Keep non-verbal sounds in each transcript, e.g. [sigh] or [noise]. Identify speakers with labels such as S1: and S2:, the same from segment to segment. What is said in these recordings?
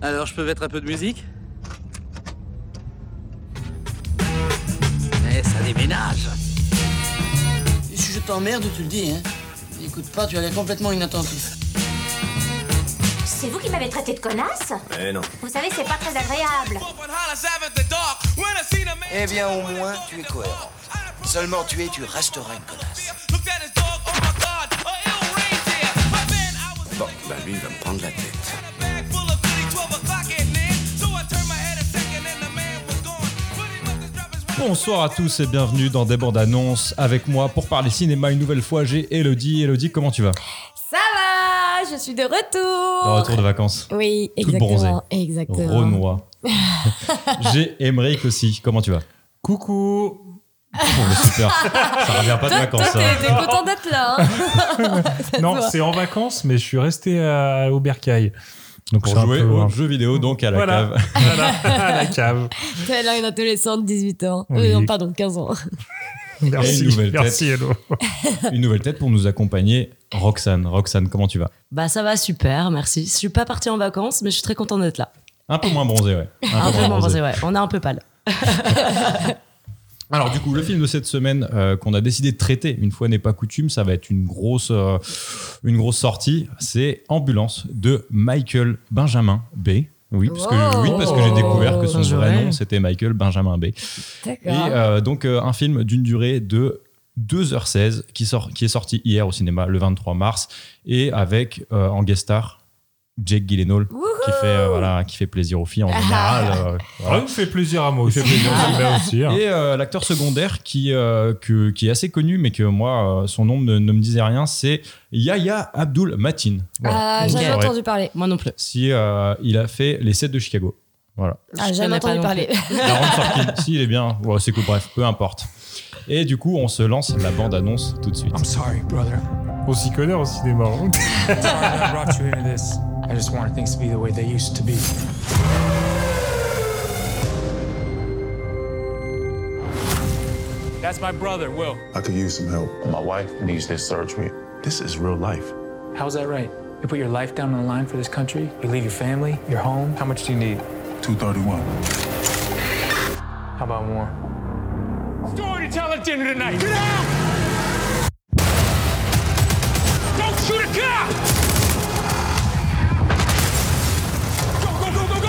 S1: Alors je peux mettre un peu de musique Eh, ça déménage
S2: Si je t'emmerde, tu le dis, hein. Écoute pas, tu as l'air complètement inattentif.
S3: C'est vous qui m'avez traité de connasse
S4: Eh non.
S3: Vous savez, c'est pas très agréable.
S5: Eh bien, au moins, tu es cohérent. Seulement tu es, tu resteras une connasse.
S4: Bon, bah lui, il va me prendre la tête.
S6: Bonsoir à tous et bienvenue dans des bandes annonces avec moi pour parler cinéma une nouvelle fois. J'ai Elodie. Elodie, comment tu vas
S7: Ça va, je suis de retour.
S6: De retour de vacances.
S7: Oui,
S6: Toute
S7: exactement.
S6: bronzée.
S7: Exactement.
S6: Renoir. J'ai Emeric aussi. Comment tu vas
S8: Coucou
S6: Oh, mais Super. Ça revient pas
S7: Toi,
S6: de
S7: toi,
S6: vacances. hein. ça.
S7: t'es t'es content d'être là. hein.
S8: Non,
S7: se voit.
S8: c'est en vacances, mais je suis resté à- au Bercail. Donc
S6: Pour
S8: je suis un
S6: jouer
S8: peu- hein.
S6: aux jeux vidéo, donc à la
S8: Voilà.
S6: cave.
S8: Voilà, à la cave.
S7: T'es là une adolescente, 18 ans. Euh,
S8: Oui.
S7: non, pardon, 15 ans.
S8: Merci,
S6: nouvelle
S8: merci Hello.
S6: Une nouvelle tête pour nous accompagner, Roxane. Roxane, comment tu vas
S9: Bah ça va super, merci. Je suis pas partie en vacances, mais je suis très contente d'être là. Ah,
S6: Un peu moins bronzée, ouais.
S8: Ah,
S9: Un peu moins bronzée, ouais. On a un peu pâle.
S6: Alors du coup, le film de cette semaine euh, qu'on a décidé de traiter, une fois n'est pas coutume, ça va être une grosse, euh, une grosse sortie, c'est Ambulance de Michael Benjamin B. Oui, parce que,
S7: Wow.
S6: oui, parce que j'ai découvert que son vrai
S9: J'aurais.
S6: nom, c'était Michael Benjamin B. Et
S7: D'accord.
S6: euh, donc euh, un film d'une durée de 2h16 qui, sort, qui est sorti hier au cinéma le 23 mars et avec euh, en guest star Jake Gyllenhaal
S7: Wouhou
S6: qui fait, euh, voilà, qui fait plaisir aux filles en général. euh, voilà.
S8: Ah, il me fait plaisir à moi aussi. Bien aussi, hein.
S6: Et euh, l'acteur secondaire qui, euh, que- qui est assez connu, mais que moi, euh, son nom ne, ne me disait rien, c'est Yahya Abdul Matin. Voilà.
S7: Ah,
S6: Donc,
S7: J'avais
S6: j'aurais-
S7: entendu parler.
S9: Moi non plus.
S6: Si euh, il a fait les 7 de Chicago. Voilà.
S7: Ah,
S9: Je
S7: j'avais
S9: connais pas
S7: entendu
S9: non
S7: parler.
S6: Aaron Sorkin, si il est bien, Ouais, c'est cool, bref, peu importe. Et du coup, on se lance la bande-annonce tout de suite.
S10: I'm sorry, brother.
S8: On s'y connaît au cinéma. hein.
S10: Sorry I brought you into this. I just wanted things to be the way they used to be. That's my brother, Will.
S11: I could use some help. My wife needs this surgery. This is real life.
S10: How's that right? You put your life down on the line for this country? You leave your family, your home? How much do you need?
S11: 231.
S10: How about more? Storytelling dinner tonight! Get out! Don't shoot a cop! Go, go, go, go,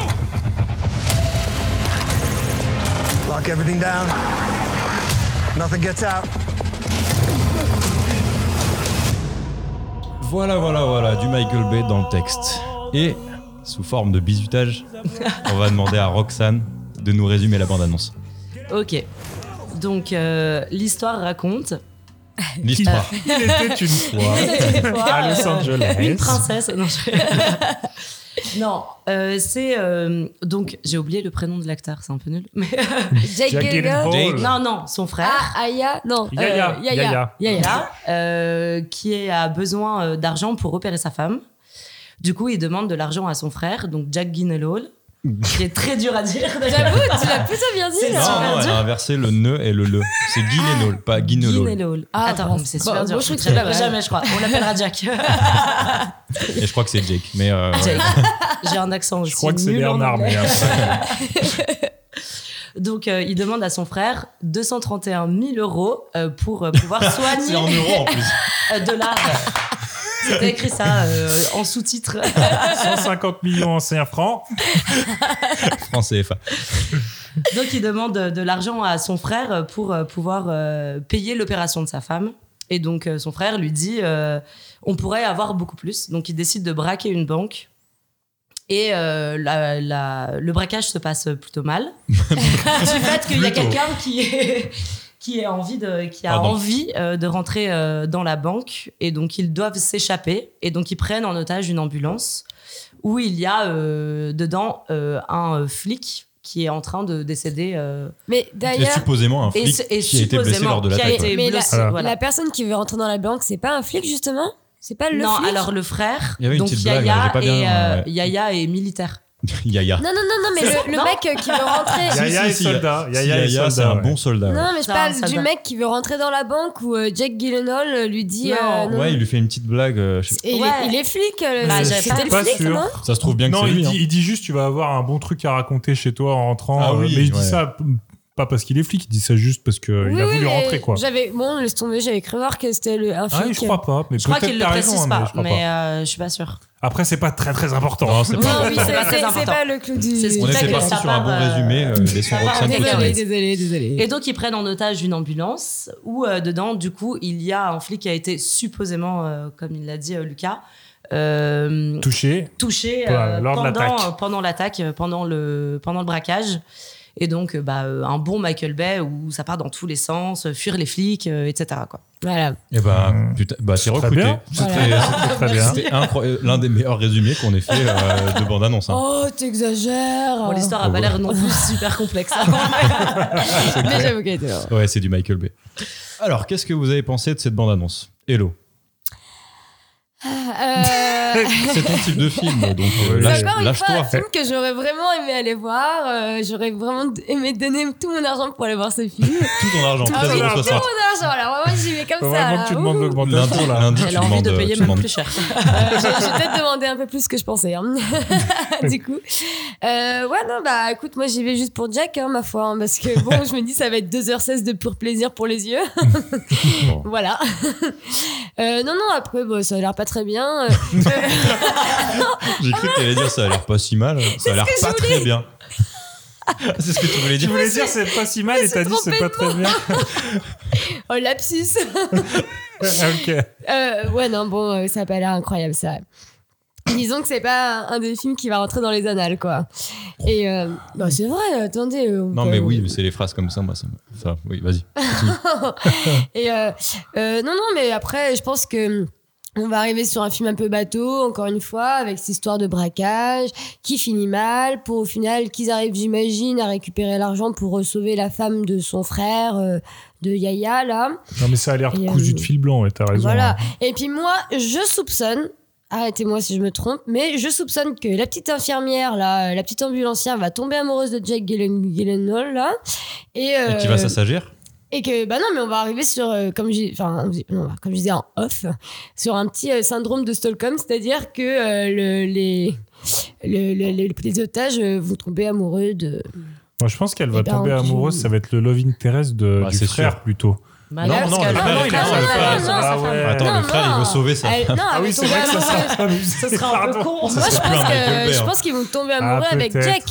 S10: go!
S5: Lock everything down. Nothing gets out.
S6: Voilà, voilà, voilà, du Michael Bay dans le texte. Et sous forme de bisutage, on va demander à Roxane de nous résumer la bande-annonce.
S9: Ok. Donc euh, l'histoire raconte
S6: L'histoire.
S8: Il était une fois
S9: [laughs]
S8: à Los Angeles.
S9: une princesse. Non, je- [laughs] Non, euh, c'est euh, donc j'ai oublié le prénom de l'acteur, c'est un peu nul. Mais
S7: [laughs] Jake
S8: Jack
S7: Gyllenhaal.
S8: Gyllenhaal.
S9: [laughs] non, non, son frère.
S7: Ah, Aya. Non. euh,
S8: Yaya, Yaya.
S9: Yaya, Ah, euh, qui est- a besoin euh, d'argent pour opérer sa femme. Du coup, il demande de l'argent à son frère, donc Jack Gyllenhaal, qui est très dur à dire.
S8: [laughs]
S9: [laughs]
S7: J'avoue, tu l'as plutôt bien dit. hein.
S9: C'est
S6: Non,
S7: là.
S9: super
S6: non, elle
S9: dur.
S6: a inversé le ne et le le. C'est Guinénol, pas Guinénol.
S9: Guinéol.
S7: Ah,
S9: Attends,
S7: bon,
S9: c'est
S7: bon,
S9: super
S7: bon,
S9: dur.
S7: je
S9: Je
S7: trouve
S9: ne
S7: que c'est pas mal.
S9: jamais, je crois. On l'appellera Jack. [laughs] Ah,
S6: Et je crois que c'est Jake. Mais euh, ouais.
S9: Jack. J'ai un accent aussi.
S8: Je crois que c'est
S9: nul en
S8: Bernard, mais
S9: anglais.
S8: hein. après,
S9: Donc, euh, il demande à son frère 231 000 euros euh, pour
S8: [laughs]
S9: euh, pouvoir
S6: c'est
S9: soigner
S6: en euros en plus.
S9: euh, dollars. C'était écrit ça euh, en sous-titre.
S8: 150 millions anciens francs.
S6: Franc CFA.
S9: Donc, il demande de l'argent à son frère pour euh, pouvoir euh, payer l'opération de sa femme. Et donc, euh, son frère lui dit euh, on pourrait avoir beaucoup plus. Donc, il décide de braquer une banque. Et euh, la- la- le braquage se passe plutôt mal. [laughs] du fait qu'il y a
S6: Plutôt.
S9: quelqu'un qui est. qui a envie de qui a
S6: Pardon.
S9: envie euh, de rentrer euh, dans la banque et donc ils doivent s'échapper et donc ils prennent en otage une ambulance où il y a euh, dedans euh, un euh, flic qui est en train de décéder euh,
S7: Mais
S6: Et
S7: d'ailleurs,
S6: supposément un flic
S9: ce- et
S6: qui a été blessé
S9: supposément
S6: lors de
S9: qui a
S6: l'attaque.
S9: été
S6: ouais.
S7: Mais
S9: blessé,
S8: la-
S9: voilà.
S7: la personne qui veut rentrer dans la banque, c'est pas un flic justement C'est pas le
S9: non
S7: flic
S9: alors le frère
S6: Il y avait une
S9: donc
S6: petite blague, hein,
S9: Yaya
S6: j'ai pas bien-
S9: est, euh,
S6: ouais.
S9: Yaya est militaire
S6: Yaya.
S7: Non, non, non, non, mais le, le mec euh, qui veut rentrer.
S6: Si,
S8: Yaya
S6: si,
S8: est
S6: si,
S8: soldat.
S6: si,
S8: Yaya est soldat,
S6: c'est un
S8: ouais.
S6: bon soldat. ouais.
S7: Non, mais je
S9: Non,
S7: parle
S9: ça
S7: du
S9: va.
S7: mec qui veut rentrer dans la banque où euh, Jack Gyllenhaal euh, lui dit.
S9: Non.
S7: euh, non,
S6: Ouais, il lui fait une petite blague. euh, je sais
S7: Et il,
S9: Ouais.
S7: est, il est flic. euh,
S9: Bah, j'avais
S7: C'était
S8: pas-
S7: le
S8: Pas
S7: flic,
S8: sûr.
S7: non
S6: pas. Ça se trouve bien que
S8: non,
S6: c'est
S8: il,
S6: lui.
S8: dit,
S6: hein.
S8: il dit juste tu vas avoir un bon truc à raconter chez toi en rentrant.
S6: Ah
S8: euh,
S6: oui,
S8: mais il
S6: ouais.
S8: dit ça p- pas parce qu'il est flic, il dit ça juste parce qu'il
S7: Oui,
S8: a
S7: oui,
S8: voulu
S7: mais
S8: rentrer quoi.
S7: J'avais bon, laisse tomber, j'avais cru voir que c'était le un
S8: Ah,
S7: flic.
S8: je crois pas. Mais
S9: Je crois
S8: peut-être
S9: qu'il le
S8: t'as
S9: précise
S8: raison, hein, mais
S9: pas,
S8: je crois
S9: mais euh, je suis pas sûre.
S8: Après, c'est pas très très important.
S6: hein. Non, c'est pas
S7: Non, oui,
S6: important.
S7: c'est
S9: pas
S7: pas,
S9: très
S7: c'est-
S9: important.
S7: c'est pas le clou du.
S9: C'est ce
S6: On
S9: qui
S6: était
S9: fait que
S6: parti
S9: ça
S6: sur un
S9: part.
S6: bon
S9: euh,
S6: résumé. euh, Laissons
S9: ça part
S6: Roxane
S9: en
S6: continuer.
S7: Désolé, désolé, désolé.
S9: Et donc ils prennent en otage une ambulance où euh, dedans du coup il y a un flic qui a été supposément, euh, comme il l'a dit euh, Lucas, euh,
S8: [laughs] Touché.
S9: touché
S8: Voilà,
S9: euh,
S8: lors de l'attaque.
S9: pendant, euh, pendant l'attaque, euh, pendant le, pendant le braquage. Et donc euh, bah, euh, un bon Michael Bay où ça part dans tous les sens, euh, fuir les flics, euh, etc. Quoi.
S7: Voilà.
S6: Et bah,
S8: Mmh.
S6: putain, bah, c'est
S8: Très
S6: recruté.
S8: bien.
S6: C'était-
S8: Très bien.
S6: C'était incroyable. euh, l'un des meilleurs résumés qu'on ait fait euh, de bande-annonce. hein.
S7: Oh, t'exagères.
S9: Bon, L'histoire a
S6: Oh,
S9: pas
S6: bah.
S9: l'air non plus super complexe. hein.
S6: [laughs]
S7: Mais j'avoue qu'elle était drôle.
S6: Ouais, c'est du Michael Bay. Alors, qu'est-ce que vous avez pensé de cette bande-annonce Hello.
S7: Euh,
S6: C'est ton type de film, donc euh,
S8: C'est
S7: C'est encore une
S6: lâche-
S7: fois un
S6: lâche-toi.
S7: film que j'aurais vraiment aimé aller voir. euh, j'aurais vraiment aimé donner tout mon argent pour aller voir ce film.
S6: Tout ton argent,
S7: tout,
S8: Ah oui,
S7: mon
S6: 13,60.
S7: argent. Alors vraiment, j'y vais
S8: Faut
S7: comme ça.
S8: vraiment
S7: là.
S8: que tu
S7: Ouh.
S8: demandes
S6: Lundi,
S8: l'augmentation là.
S6: lundi, tu
S9: Elle a envie
S6: demandes,
S9: de payer
S6: tu
S9: même
S6: demandes-
S9: plus cher.
S7: Euh, j'ai j'ai peut-être demandé un peu plus que je pensais. hein. [laughs] du coup, Euh, ouais, non, bah écoute, moi j'y vais juste pour Jack, hein, ma foi, hein, parce que bon, je me dis ça va être 2h16 de pur plaisir pour les
S8: [laughs]
S7: yeux.
S6: Bon.
S7: Voilà. Euh, non, non, après, bah, ça a l'air pas très bien. Euh,
S6: J'ai cru que t'allais dire ça a l'air pas si mal, ça a l'air
S7: que je
S6: pas
S7: voulais.
S6: très bien. [laughs] c'est ce que tu voulais
S8: Tu
S6: dire.
S8: voulais dire c'est pas si mal
S7: me
S8: et t'as
S7: suis
S8: dit c'est pas
S7: [laughs]
S8: très bien.
S7: oh, lapsus.
S8: ah, ok.
S7: Euh, ouais, non, bon, euh, ça a pas l'air incroyable, ça. Disons que c'est pas un des films qui va rentrer dans les annales, quoi. Et euh, bah, c'est vrai, attendez. euh, on
S6: Non
S7: peut-
S6: mais oui, mais c'est les phrases comme ça, moi ça. me- ça oui, vas-y.
S7: Et euh, euh, non, non, mais après, je pense que. hum, On va arriver sur un film un peu bateau, encore une fois, avec cette histoire de braquage qui finit mal, pour au final qu'ils arrivent, j'imagine, à récupérer l'argent pour euh, sauver la femme de son frère, euh, de Yaya, là.
S8: Non mais ça a l'air
S7: Et, euh,
S8: cousu de fil blanc, ouais, t'as raison.
S7: Voilà.
S8: hein.
S7: Et puis moi, je soupçonne, arrêtez-moi si je me trompe, mais je soupçonne que la petite infirmière, là, la petite ambulancière va tomber amoureuse de Jack Gyllen- Gyllenhaal, là. Et,
S6: Et qui
S7: euh,
S6: va s'assagir
S7: et que, bah non, mais on va arriver sur, euh, comme, j'ai, enfin, non, comme je disais en off, sur un petit euh, syndrome de Stockholm, c'est-à-dire que euh, le- les, le- le- les, les otages euh, vont tomber amoureux de.
S8: Moi je pense qu'elle va
S7: Eh ben,
S8: tomber
S7: on-
S8: amoureuse, ça va être le love interest de,
S6: Bah,
S8: du
S6: c'est
S8: frère
S6: sûr.
S8: plutôt.
S9: Bah,
S6: Non,
S9: là, parce
S6: non,
S9: que-
S6: le
S9: ah,
S6: frère,
S9: non,
S6: il
S9: il
S6: est
S9: a
S6: en train
S9: sa
S6: de
S9: femme,
S6: faire
S9: non,
S6: ça.
S9: sa
S8: Ah
S9: femme.
S8: ouais.
S6: Attends,
S7: non,
S6: le frère, il
S7: non.
S6: veut sauver sa
S7: Elle- non,
S8: Ah
S7: elle
S8: oui,
S7: va
S8: c'est
S7: tomber
S8: vrai que ça
S7: amoureuse.
S8: sera amusant.
S7: Ce sera un peu
S8: Pardon.
S7: con.
S6: Ça
S7: Moi, je
S6: serait plus un
S7: pense,
S6: Michael
S7: que,
S6: Bay,
S7: je
S6: hein.
S7: pense qu'ils vont tomber
S8: Ah,
S7: amoureux avec
S8: peut-être.
S7: Jack.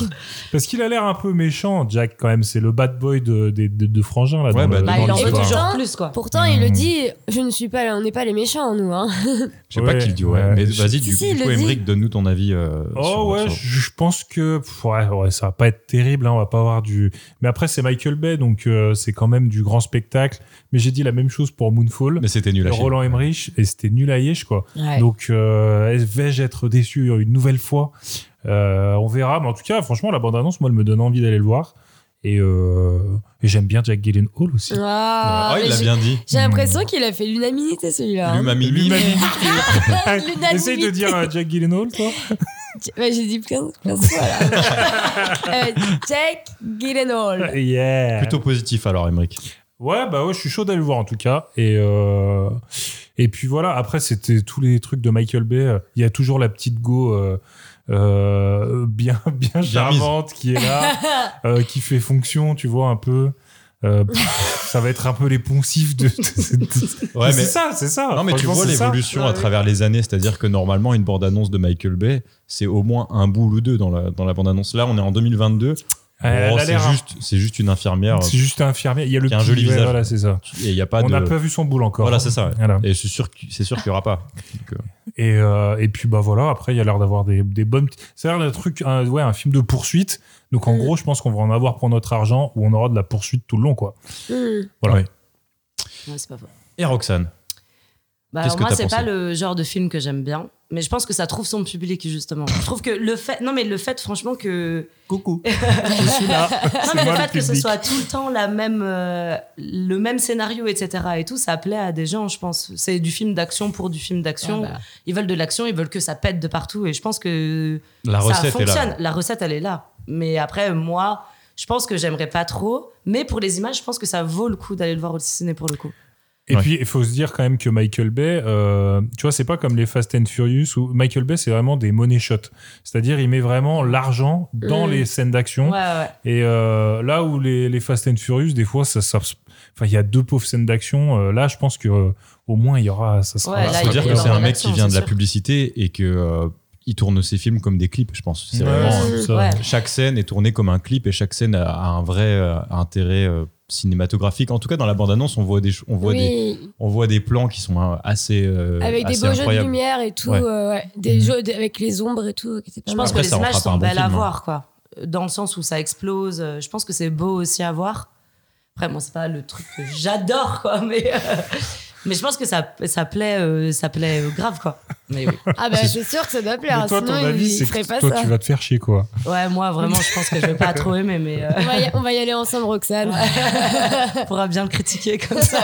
S8: Parce qu'il a l'air un peu méchant, Jack, quand même. C'est le bad boy de, de, de- de Frangin, là.
S6: Ouais,
S8: dans
S6: bah,
S8: le-
S9: Bah,
S8: dans
S9: il en veut
S8: l'histoire.
S9: toujours plus, quoi.
S7: Pourtant, il
S6: Hmm.
S7: le dit, je ne suis pas, on n'est pas les méchants, nous. Hein.
S6: Je sais pas
S8: Ouais,
S6: qui le dit, ouais.
S8: ouais.
S6: Mais vas-y,
S7: Si,
S6: du
S7: si, il
S6: du coup,
S7: le dit.
S6: Emmerich, donne-nous ton avis. euh, sur-
S8: Oh ouais,
S6: sur-
S8: je je pense que pff, ouais, ouais, ça va pas être terrible, hein, on va pas avoir du. Mais après c'est Michael Bay, donc euh, c'est quand même du grand spectacle. Mais j'ai dit la même chose pour Moonfall,
S6: Mais c'était nul à
S8: de
S6: chier.
S8: Roland Emmerich, et c'était nul à Yesh quoi.
S7: Ouais.
S8: Donc euh, vais-je être déçu une nouvelle fois Euh, On verra, mais en tout cas franchement la bande annonce, moi elle me donne envie d'aller le voir. Et, euh, et j'aime bien Jack Gyllenhaal aussi.
S7: Ah,
S6: Ah,
S7: mais
S6: il l'a
S7: j'ai-
S6: bien dit.
S7: J'ai l'impression
S8: Hmm.
S7: qu'il a fait l'unanimité, celui-là. hein.
S6: L'humamimi.
S8: L'humanité.
S7: L'unanimité.
S8: Ah, Essaye de dire euh, Jack Gyllenhaal, toi.
S7: Ouais, j'ai dit plein, plein de fois,
S9: [laughs]
S7: là. Euh, Jack [laughs] Gyllenhaal.
S8: Yeah.
S6: Plutôt positif alors, Emmerich.
S8: Ouais, bah ouais, je suis chaud d'aller le voir en tout cas. Et, euh, et puis voilà, après, c'était tous les trucs de Michael Bay. Euh, Il y a toujours la petite go euh, euh, bien, [laughs] bien
S6: mise.
S8: charmante qui est
S6: [laughs]
S8: là, euh, qui fait fonction, tu vois, un peu. Euh, pff, ça va être un peu les poncifs de. de- de- de-
S6: Ouais,
S8: c'est
S6: mais-
S8: ça, c'est ça.
S6: Non, mais tu
S8: Franchement,
S6: vois
S8: c'est ça.
S6: l'évolution à travers les années, c'est-à-dire que normalement, une bande-annonce de Michael Bay, c'est au moins un boule ou deux dans la, dans la bande-annonce. Là, on est en 2022.
S8: Elle
S6: Oh,
S8: a
S6: c'est
S8: l'air- hein.
S6: juste, c'est juste une infirmière
S8: C'est juste un infirmier. Il y a le
S6: Qui a un
S8: petit-
S6: joli
S8: ouais,
S6: visage.
S8: Voilà, c'est ça.
S6: et il n'y a pas
S8: On
S6: de.
S8: n'a pas vu son boule encore. hein.
S6: Voilà, c'est ça. ouais.
S8: Voilà.
S6: Et c'est sûr, qu'il- c'est sûr qu'il n'y aura pas. Donc, euh,
S8: Et, euh, et puis bah voilà, après il y a l'air d'avoir des, des bonnes. petites- Ça a l'air d'un truc, un, ouais, un film de poursuite. Donc en
S7: Mm.
S8: gros, je pense qu'on va en avoir pour notre argent ou on aura de la poursuite tout le long quoi.
S7: Hmm.
S8: Voilà.
S6: ouais.
S9: Ouais, c'est pas faux.
S6: Et Roxane
S9: Bah,
S6: Qu'est-ce
S9: alors
S6: que
S9: moi,
S6: t'as
S9: c'est
S6: pensé
S9: pas le genre de film que j'aime bien, mais je pense que ça trouve son public justement. je trouve que le fait, non mais le fait, franchement que
S8: coucou,
S9: je
S8: suis là.
S9: [laughs] non
S8: C'est
S9: mais le
S8: moi, le
S9: fait que ce
S8: public.
S9: soit tout le temps la même, euh, le même scénario, etc. Et tout, ça plaît à des gens, je pense. C'est du film d'action pour du film d'action.
S7: Ah bah.
S9: Ils veulent de l'action, ils veulent que ça pète de partout, et je pense que
S6: La
S9: ça
S6: recette est là.
S9: fonctionne. La recette, elle est là. Mais après, moi. Je pense que j'aimerais pas trop, mais pour les images, je pense que ça vaut le coup d'aller le voir au ciné pour le coup.
S8: Et
S6: Ouais.
S8: puis, il faut se dire quand même que Michael Bay, euh, tu vois, c'est pas comme les Fast and Furious où Michael Bay, c'est vraiment des money shots. C'est-à-dire, il met vraiment l'argent dans
S9: Mm.
S8: les scènes
S9: Ouais,
S8: d'action.
S9: ouais.
S8: Et euh, là où les, les Fast and Furious, des fois, ça, ça- enfin, il y a deux pauvres scènes d'action. Euh, là, je pense que euh, au moins, il y aura, ça sera.
S9: Ouais, là,
S8: ça
S6: faut
S9: il y
S8: sera
S6: dire
S9: a des
S8: bien.
S6: que c'est un mec
S9: relations,
S6: qui vient de
S9: c'est
S6: la
S9: sûr.
S6: publicité et que euh, il tourne ses films comme des clips, je pense. C'est
S8: Ouais,
S6: vraiment,
S8: c'est ça.
S9: Ouais.
S6: chaque scène est tournée comme un clip et chaque scène a, a un vrai euh, intérêt euh, cinématographique. En tout cas, dans la bande-annonce, on voit des, ch- on voit des,
S7: oui,
S8: euh,
S6: on voit des plans qui sont euh, assez, euh,
S7: avec des
S6: assez
S7: beaux jeux de
S6: incroyables.
S7: lumière et tout,
S6: Ouais.
S7: euh, ouais. des
S6: Mhm.
S7: jeux de- avec les ombres et tout. qui étaient pas
S9: Je
S7: mal.
S9: pense
S6: Après,
S9: que les
S6: ça en
S9: images
S6: fera pas
S9: sont
S6: un bon
S9: belles à
S6: film, hein.
S9: voir, quoi. Dans le sens où ça explose. euh, Je pense que c'est beau aussi à voir. Après, moi, c'est pas le truc que [laughs] j'adore, quoi. Mais, euh, mais je pense que ça, ça plaît, euh, ça plaît euh, grave, quoi. Mais oui.
S7: Ah bah
S8: C'est-
S7: c'est sûr que ça doit plaire,
S8: Mais toi, ton
S7: sinon il
S8: avis,
S7: il
S8: c'est
S7: ferait
S8: que
S7: pas
S8: toi,
S7: ça.
S8: tu vas te faire chier, quoi.
S9: Ouais, moi, vraiment, je pense que je vais pas trop aimer, mais euh, [laughs]
S7: On, va y, on va y aller ensemble Roxane.
S9: on pourra bien le critiquer comme ça.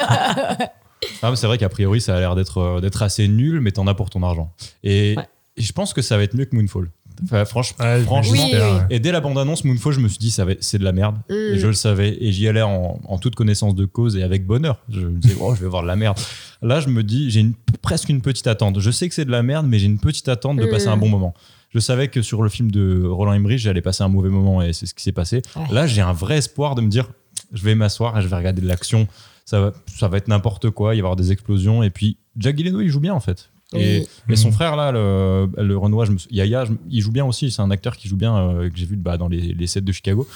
S6: Ah, mais c'est vrai qu'a priori, ça a l'air d'être euh, d'être assez nul, mais t'en as pour ton argent. Et,
S9: Ouais.
S6: et je pense que ça va être mieux que Moonfall. Enfin, franch-
S8: Ouais, je-
S6: franchement.
S8: j'espère,
S7: Oui,
S8: ouais.
S6: Et dès la bande-annonce, Moonfall, je me suis dit, ça va- c'est de la merde.
S7: Mm.
S6: Et je le savais. Et j'y allais en, en toute connaissance de cause et avec bonheur. Je me disais, oh, je vais voir de la merde. Là, je me dis, j'ai une- presque une petite attente. Je sais que c'est de la merde, mais j'ai une petite attente de passer
S7: Mm.
S6: un bon moment. Je savais que sur le film de Roland Emmerich, j'allais passer un mauvais moment et c'est ce qui s'est passé.
S7: Ouais.
S6: Là, j'ai un vrai espoir de me dire, je vais m'asseoir et je vais regarder de l'action. Ça va, ça va être n'importe quoi, il va y avoir des explosions. Et puis, Jack Gyllenhaal, il joue bien en fait. Et,
S7: Oui.
S6: mais son
S8: Mhm.
S6: frère là, le, le Renoir, je me sou- Yaya, je- il joue bien aussi. C'est un acteur qui joue bien, euh, que j'ai vu bah, dans les, les sets de Chicago.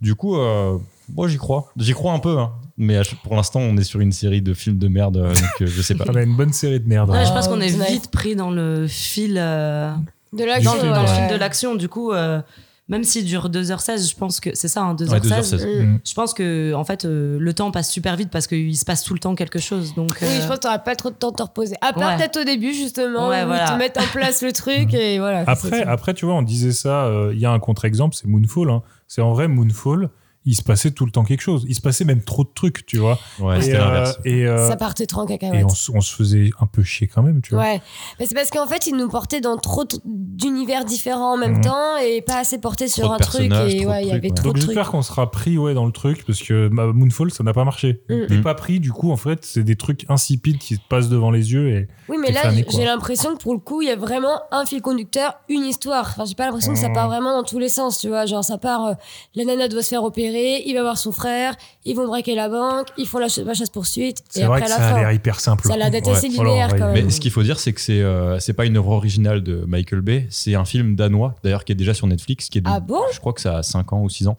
S6: Du coup, euh, moi j'y crois. J'y crois un peu. hein. Mais à ch- pour l'instant, on est sur une série de films de merde, euh, donc euh, je
S8: [laughs]
S6: sais pas.
S8: On a une bonne série de
S6: bah.
S8: merde.
S9: Ouais,
S8: hein.
S9: je pense qu'on est
S7: Ouais.
S9: vite pris dans le fil. euh,
S7: De l'action.
S9: dans le,
S8: film,
S9: dans le
S8: ouais.
S9: fil de l'action. Du coup, euh, même s'il dure 2h16, je pense que c'est ça, hein, 2h16.
S6: Ouais, 2h16.
S7: Mm.
S9: Je pense que en fait, euh, le temps passe super vite parce qu'il se passe tout le temps quelque chose. Donc,
S7: Oui,
S9: euh,
S7: je pense que t'auras pas trop de temps de te reposer. À part
S9: Ouais.
S7: peut-être au début, justement,
S9: Ouais,
S7: où
S9: voilà.
S7: ils te mettent en place le truc et voilà.
S8: Mhm. Après,
S7: c'est ça.
S8: après, tu vois, on disait ça, euh, il y a un contre-exemple, c'est Moonfall. hein. C'est en vrai, Moonfall, il se passait tout le temps quelque chose. Il se passait même trop de trucs, tu vois.
S6: Ouais,
S8: et,
S6: c'était
S8: euh,
S6: l'inverse.
S8: et, euh,
S7: ça partait trop en
S8: et
S7: cacahuète.
S8: on, se- on se faisait un peu chier quand même, tu vois.
S7: Ouais, mais c'est parce qu'en fait, ils nous portaient dans trop t- d'univers différents en même
S8: Mhm.
S7: temps et pas assez portés sur
S6: de
S7: un truc.
S6: personnages,
S7: Et
S6: trop de
S7: ouais, il y
S6: trucs,
S7: avait
S6: ouais.
S7: trop
S8: Donc
S7: de trucs.
S8: j'espère qu'on sera pris ouais, dans le truc, parce que bah, Moonfall, ça n'a pas marché.
S7: Mm.
S8: T'es
S6: Mm.
S8: pas pris, du coup, en fait, c'est des trucs insipides qui se passent devant les yeux. Et...
S7: Oui, mais
S8: T'es
S7: là,
S8: fermé, quoi.
S7: j'ai l'impression que pour le coup, il y a vraiment un fil conducteur, une histoire. Enfin, j'ai pas l'impression que ça
S8: Mhm.
S7: part vraiment dans tous les sens, tu vois. Genre, ça part, euh, la nana doit se faire opérer, il va voir son frère, ils vont braquer la banque, ils font la, ch- la chasse-poursuite, et
S8: C'est vrai
S7: après
S8: que
S7: la
S8: ça a
S7: fin.
S8: l'air hyper simple.
S7: Ça a l'air d'être assez linéaire,
S8: voilà, on va y
S7: quand
S8: aller.
S7: même.
S6: Mais ce qu'il faut dire, c'est que c'est euh, c'est pas une œuvre originale de Michael Bay, c'est un film danois, d'ailleurs, qui est déjà sur Netflix, qui est de-
S7: Ah bon
S6: je crois que ça a 5 ans ou 6 ans.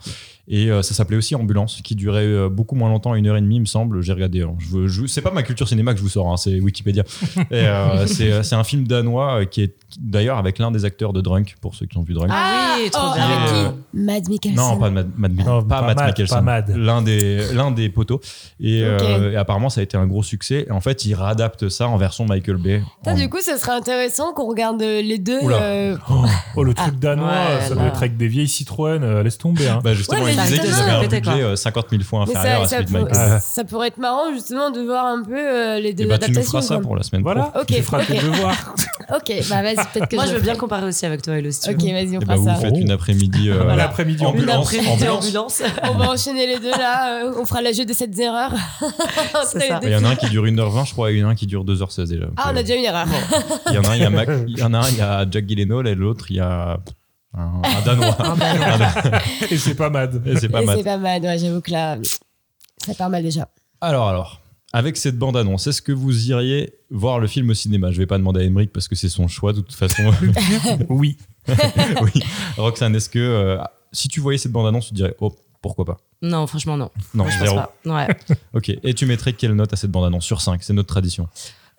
S6: Et euh, ça s'appelait aussi Ambulance, qui durait euh, beaucoup moins longtemps, une heure et demie, il me semble. J'ai regardé. hein. Je, veux- je, c'est pas ma culture cinéma que je vous sors, hein,
S7: [laughs]
S6: c'est Wikipédia. Et, euh, c'est euh, c'est un film danois euh, qui est qui- d'ailleurs avec l'un des acteurs de Drunk, pour ceux qui ont vu Drunk.
S9: Ah oui, trop
S7: oh,
S9: bien.
S7: avec
S6: Euh,
S7: qui Mad Mikkelsen.
S6: Non, pas Mad, Mad-
S8: Non,
S6: pas
S8: Oh, pas
S6: Matt
S8: Mad,
S6: Mikkelsen.
S8: pas Mad.
S6: L'un des, l'un des poteaux. Et,
S7: Ok.
S6: euh, et apparemment, ça a été un gros succès. Et en fait, il réadapte ça en version Michael Bay.
S7: Putain,
S6: En-
S7: du coup, ça serait intéressant qu'on regarde euh, les deux.
S8: Oula.
S7: euh,
S8: Oh, oh, le truc danois,
S9: ouais,
S8: ça
S9: là.
S8: doit être avec des vieilles Citroën, euh, laisse tomber. hein.
S6: Bah justement,
S7: Ouais,
S6: il
S7: mais
S6: disait qu'ils
S7: justement,
S6: avaient un
S9: répétez,
S6: budget
S9: quoi.
S6: euh, 50 000 fois
S7: mais
S6: inférieur
S7: ça,
S6: à
S7: ça,
S6: celui de
S7: pour-
S6: Michael.
S8: Bay.
S7: ça pourrait être marrant justement de voir un peu euh, les deux
S6: Et bah tu nous
S7: adaptations.
S6: feras ça
S7: quoi.
S6: pour la semaine
S8: Voilà,
S6: pro.
S7: Ok,
S8: tu feras
S7: ok.
S8: tes devoirs.
S7: Ok, bah vas-y, peut-être que
S9: Moi, je
S7: le
S9: veux bien
S7: ferai.
S9: comparer aussi avec toi, Hélo, si tu
S7: Ok,
S9: veux.
S7: vas-y, on fera
S6: Et bah vous
S7: Ah, ça. oh. Ah,
S6: faites une après-midi euh,
S8: Voilà, après-midi
S9: Une
S6: ambulance,
S9: après-midi
S6: ambulance.
S9: ambulance. [laughs]
S7: On va enchaîner les deux là, euh, on fera la jeu des 7 erreurs. [laughs] Entre
S9: C'est
S7: les
S9: ça.
S7: deux.
S6: Bah, Il y en a un qui dure 1h20, je crois, et il y en a un qui dure 2h16 déjà.
S7: Ah, on a déjà une erreur.
S6: Il y en a un, il y
S7: [laughs]
S6: a, Mac- il y en a, un, il y a Jack Gyllenhaal, et l'autre, il y a un, [laughs] un Danois.
S8: Et c'est pas Mad.
S6: Et c'est pas
S7: Et
S6: mal.
S7: c'est pas mal, ouais, j'avoue que là, ça part mal déjà.
S6: Alors, alors, avec cette bande-annonce, est-ce que vous iriez voir le film au cinéma Je vais pas demander à Emmerich parce que c'est son choix de toute façon.
S8: [laughs] Oui.
S6: [laughs] oui. Roxane, est-ce que euh, si tu voyais cette bande-annonce, tu dirais oh pourquoi pas
S9: Non, franchement, non.
S6: Non,
S9: Je pense
S6: zéro.
S9: pas. Ouais.
S6: Ok. Et tu mettrais quelle note à cette bande-annonce sur 5 C'est notre tradition.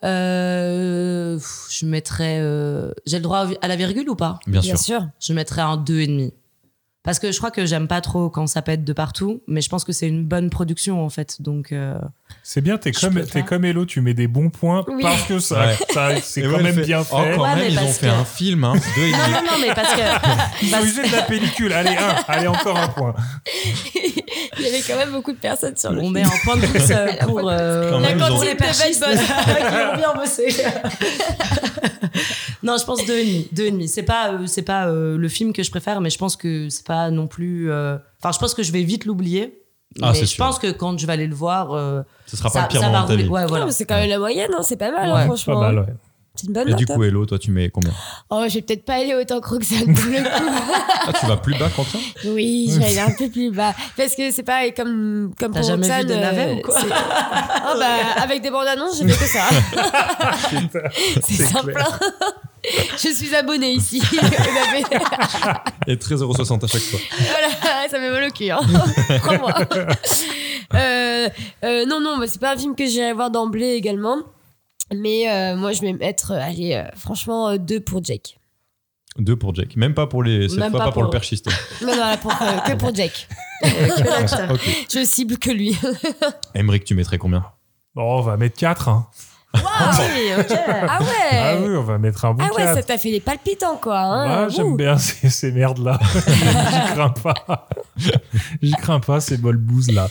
S9: Euh, pff, je mettrais. euh, J'ai le droit à la virgule ou pas
S6: Bien,
S7: Bien
S6: sûr.
S7: sûr.
S9: Je mettrais un 2,5. Parce que je crois que j'aime pas trop quand ça pète de partout, mais je pense que c'est une bonne production en fait. Donc euh,
S8: C'est bien, t'es
S9: Je
S8: comme,
S9: peux
S8: t'es
S9: pas.
S8: comme Hello, tu mets des bons points
S9: Oui.
S8: parce que ça,
S6: Ouais.
S8: ça- c'est
S6: Et
S8: quand
S6: ouais, elle
S8: même
S6: fait,
S8: bien
S6: Oh,
S8: fait.
S6: quand
S9: Ouais,
S6: même,
S9: mais
S6: ils ont
S9: parce
S6: fait
S9: que-
S6: un film, hein. Deux et
S9: non
S6: demi.
S9: non non mais parce
S6: [laughs]
S9: que
S8: Ils ont usé Bah, de la pellicule. Allez, un. Allez, encore un point.
S7: Il y avait quand même beaucoup de personnes sur le
S9: on met un point de plus euh, pour euh,
S6: Quand
S7: La
S6: même, ils ont-
S7: cantine
S9: les
S7: de Bad
S9: perchistes.
S7: Boss.
S9: [laughs] qui ont bien bossé. [laughs] non, je pense deux et demi. Deux et demi. C'est pas, euh, c'est pas euh, le film que je préfère, mais je pense que c'est pas non plus. euh, Enfin, je pense que je vais vite l'oublier.
S6: Ah,
S9: mais
S6: c'est
S9: je
S6: sûr.
S9: pense que quand je vais aller le voir, euh,
S6: Ce sera
S9: ça,
S6: pas le pire
S9: ça
S6: moment
S9: va
S6: de ta
S9: rouler.
S6: vie.
S9: Ouais, voilà.
S7: Non, mais c'est quand même la moyenne, hein, c'est pas mal, hein,
S9: Ouais,
S8: Pas
S7: franchement.
S8: mal, ouais.
S7: C'est une bonne
S6: Et du
S7: note. hein.
S6: coup, Hello, toi, tu mets combien
S7: Oh, je vais peut-être pas aller autant que ça pour
S6: [laughs]
S7: le coup.
S6: Ah, tu vas plus bas qu'en
S7: Oui, je vais aller un peu plus bas. Parce que c'est pareil, comme, comme
S9: T'as
S7: pour
S9: jamais vu
S7: Roxane,
S9: de navet
S7: euh,
S9: ou quoi
S7: c'est- Ah bah, avec des bandes annonces, j'ai fait que ça. c'est simple. hein.
S8: clair.
S7: je suis abonnée ici. [laughs] Et bah, mais-
S6: Et 13,60€ à chaque fois.
S7: voilà, ça me mal au cul. Hein. Crois-moi. Euh, euh, non, non, bah, c'est pas un film que j'irai voir d'emblée également. Mais euh, moi, je vais mettre, euh, allez, euh, franchement, euh, deux pour Jake.
S6: Deux pour Jake. Même pas pour les. Cette
S9: Même
S6: fois,
S9: pas
S6: pas, pour
S9: pour-
S6: le
S9: [laughs]
S6: perchiste.
S7: Non, non, là, pour, euh, que pour Jake. [laughs]
S6: ok.
S7: Je cible que lui.
S6: Emmerich, tu mettrais combien
S8: Bon, on va mettre hein. 4.
S7: Ah oui, ok. Ah ouais.
S8: Ah oui, on va mettre un bon
S7: Ah ouais,
S6: euh,
S8: 4.
S7: ça t'a fait des palpitants, quoi.
S8: Moi,
S7: Hein.
S8: j'aime
S7: Ouh.
S8: bien [laughs] ces, ces merdes-là. J'y crains pas. [laughs] J'y crains pas ces bolbouses là.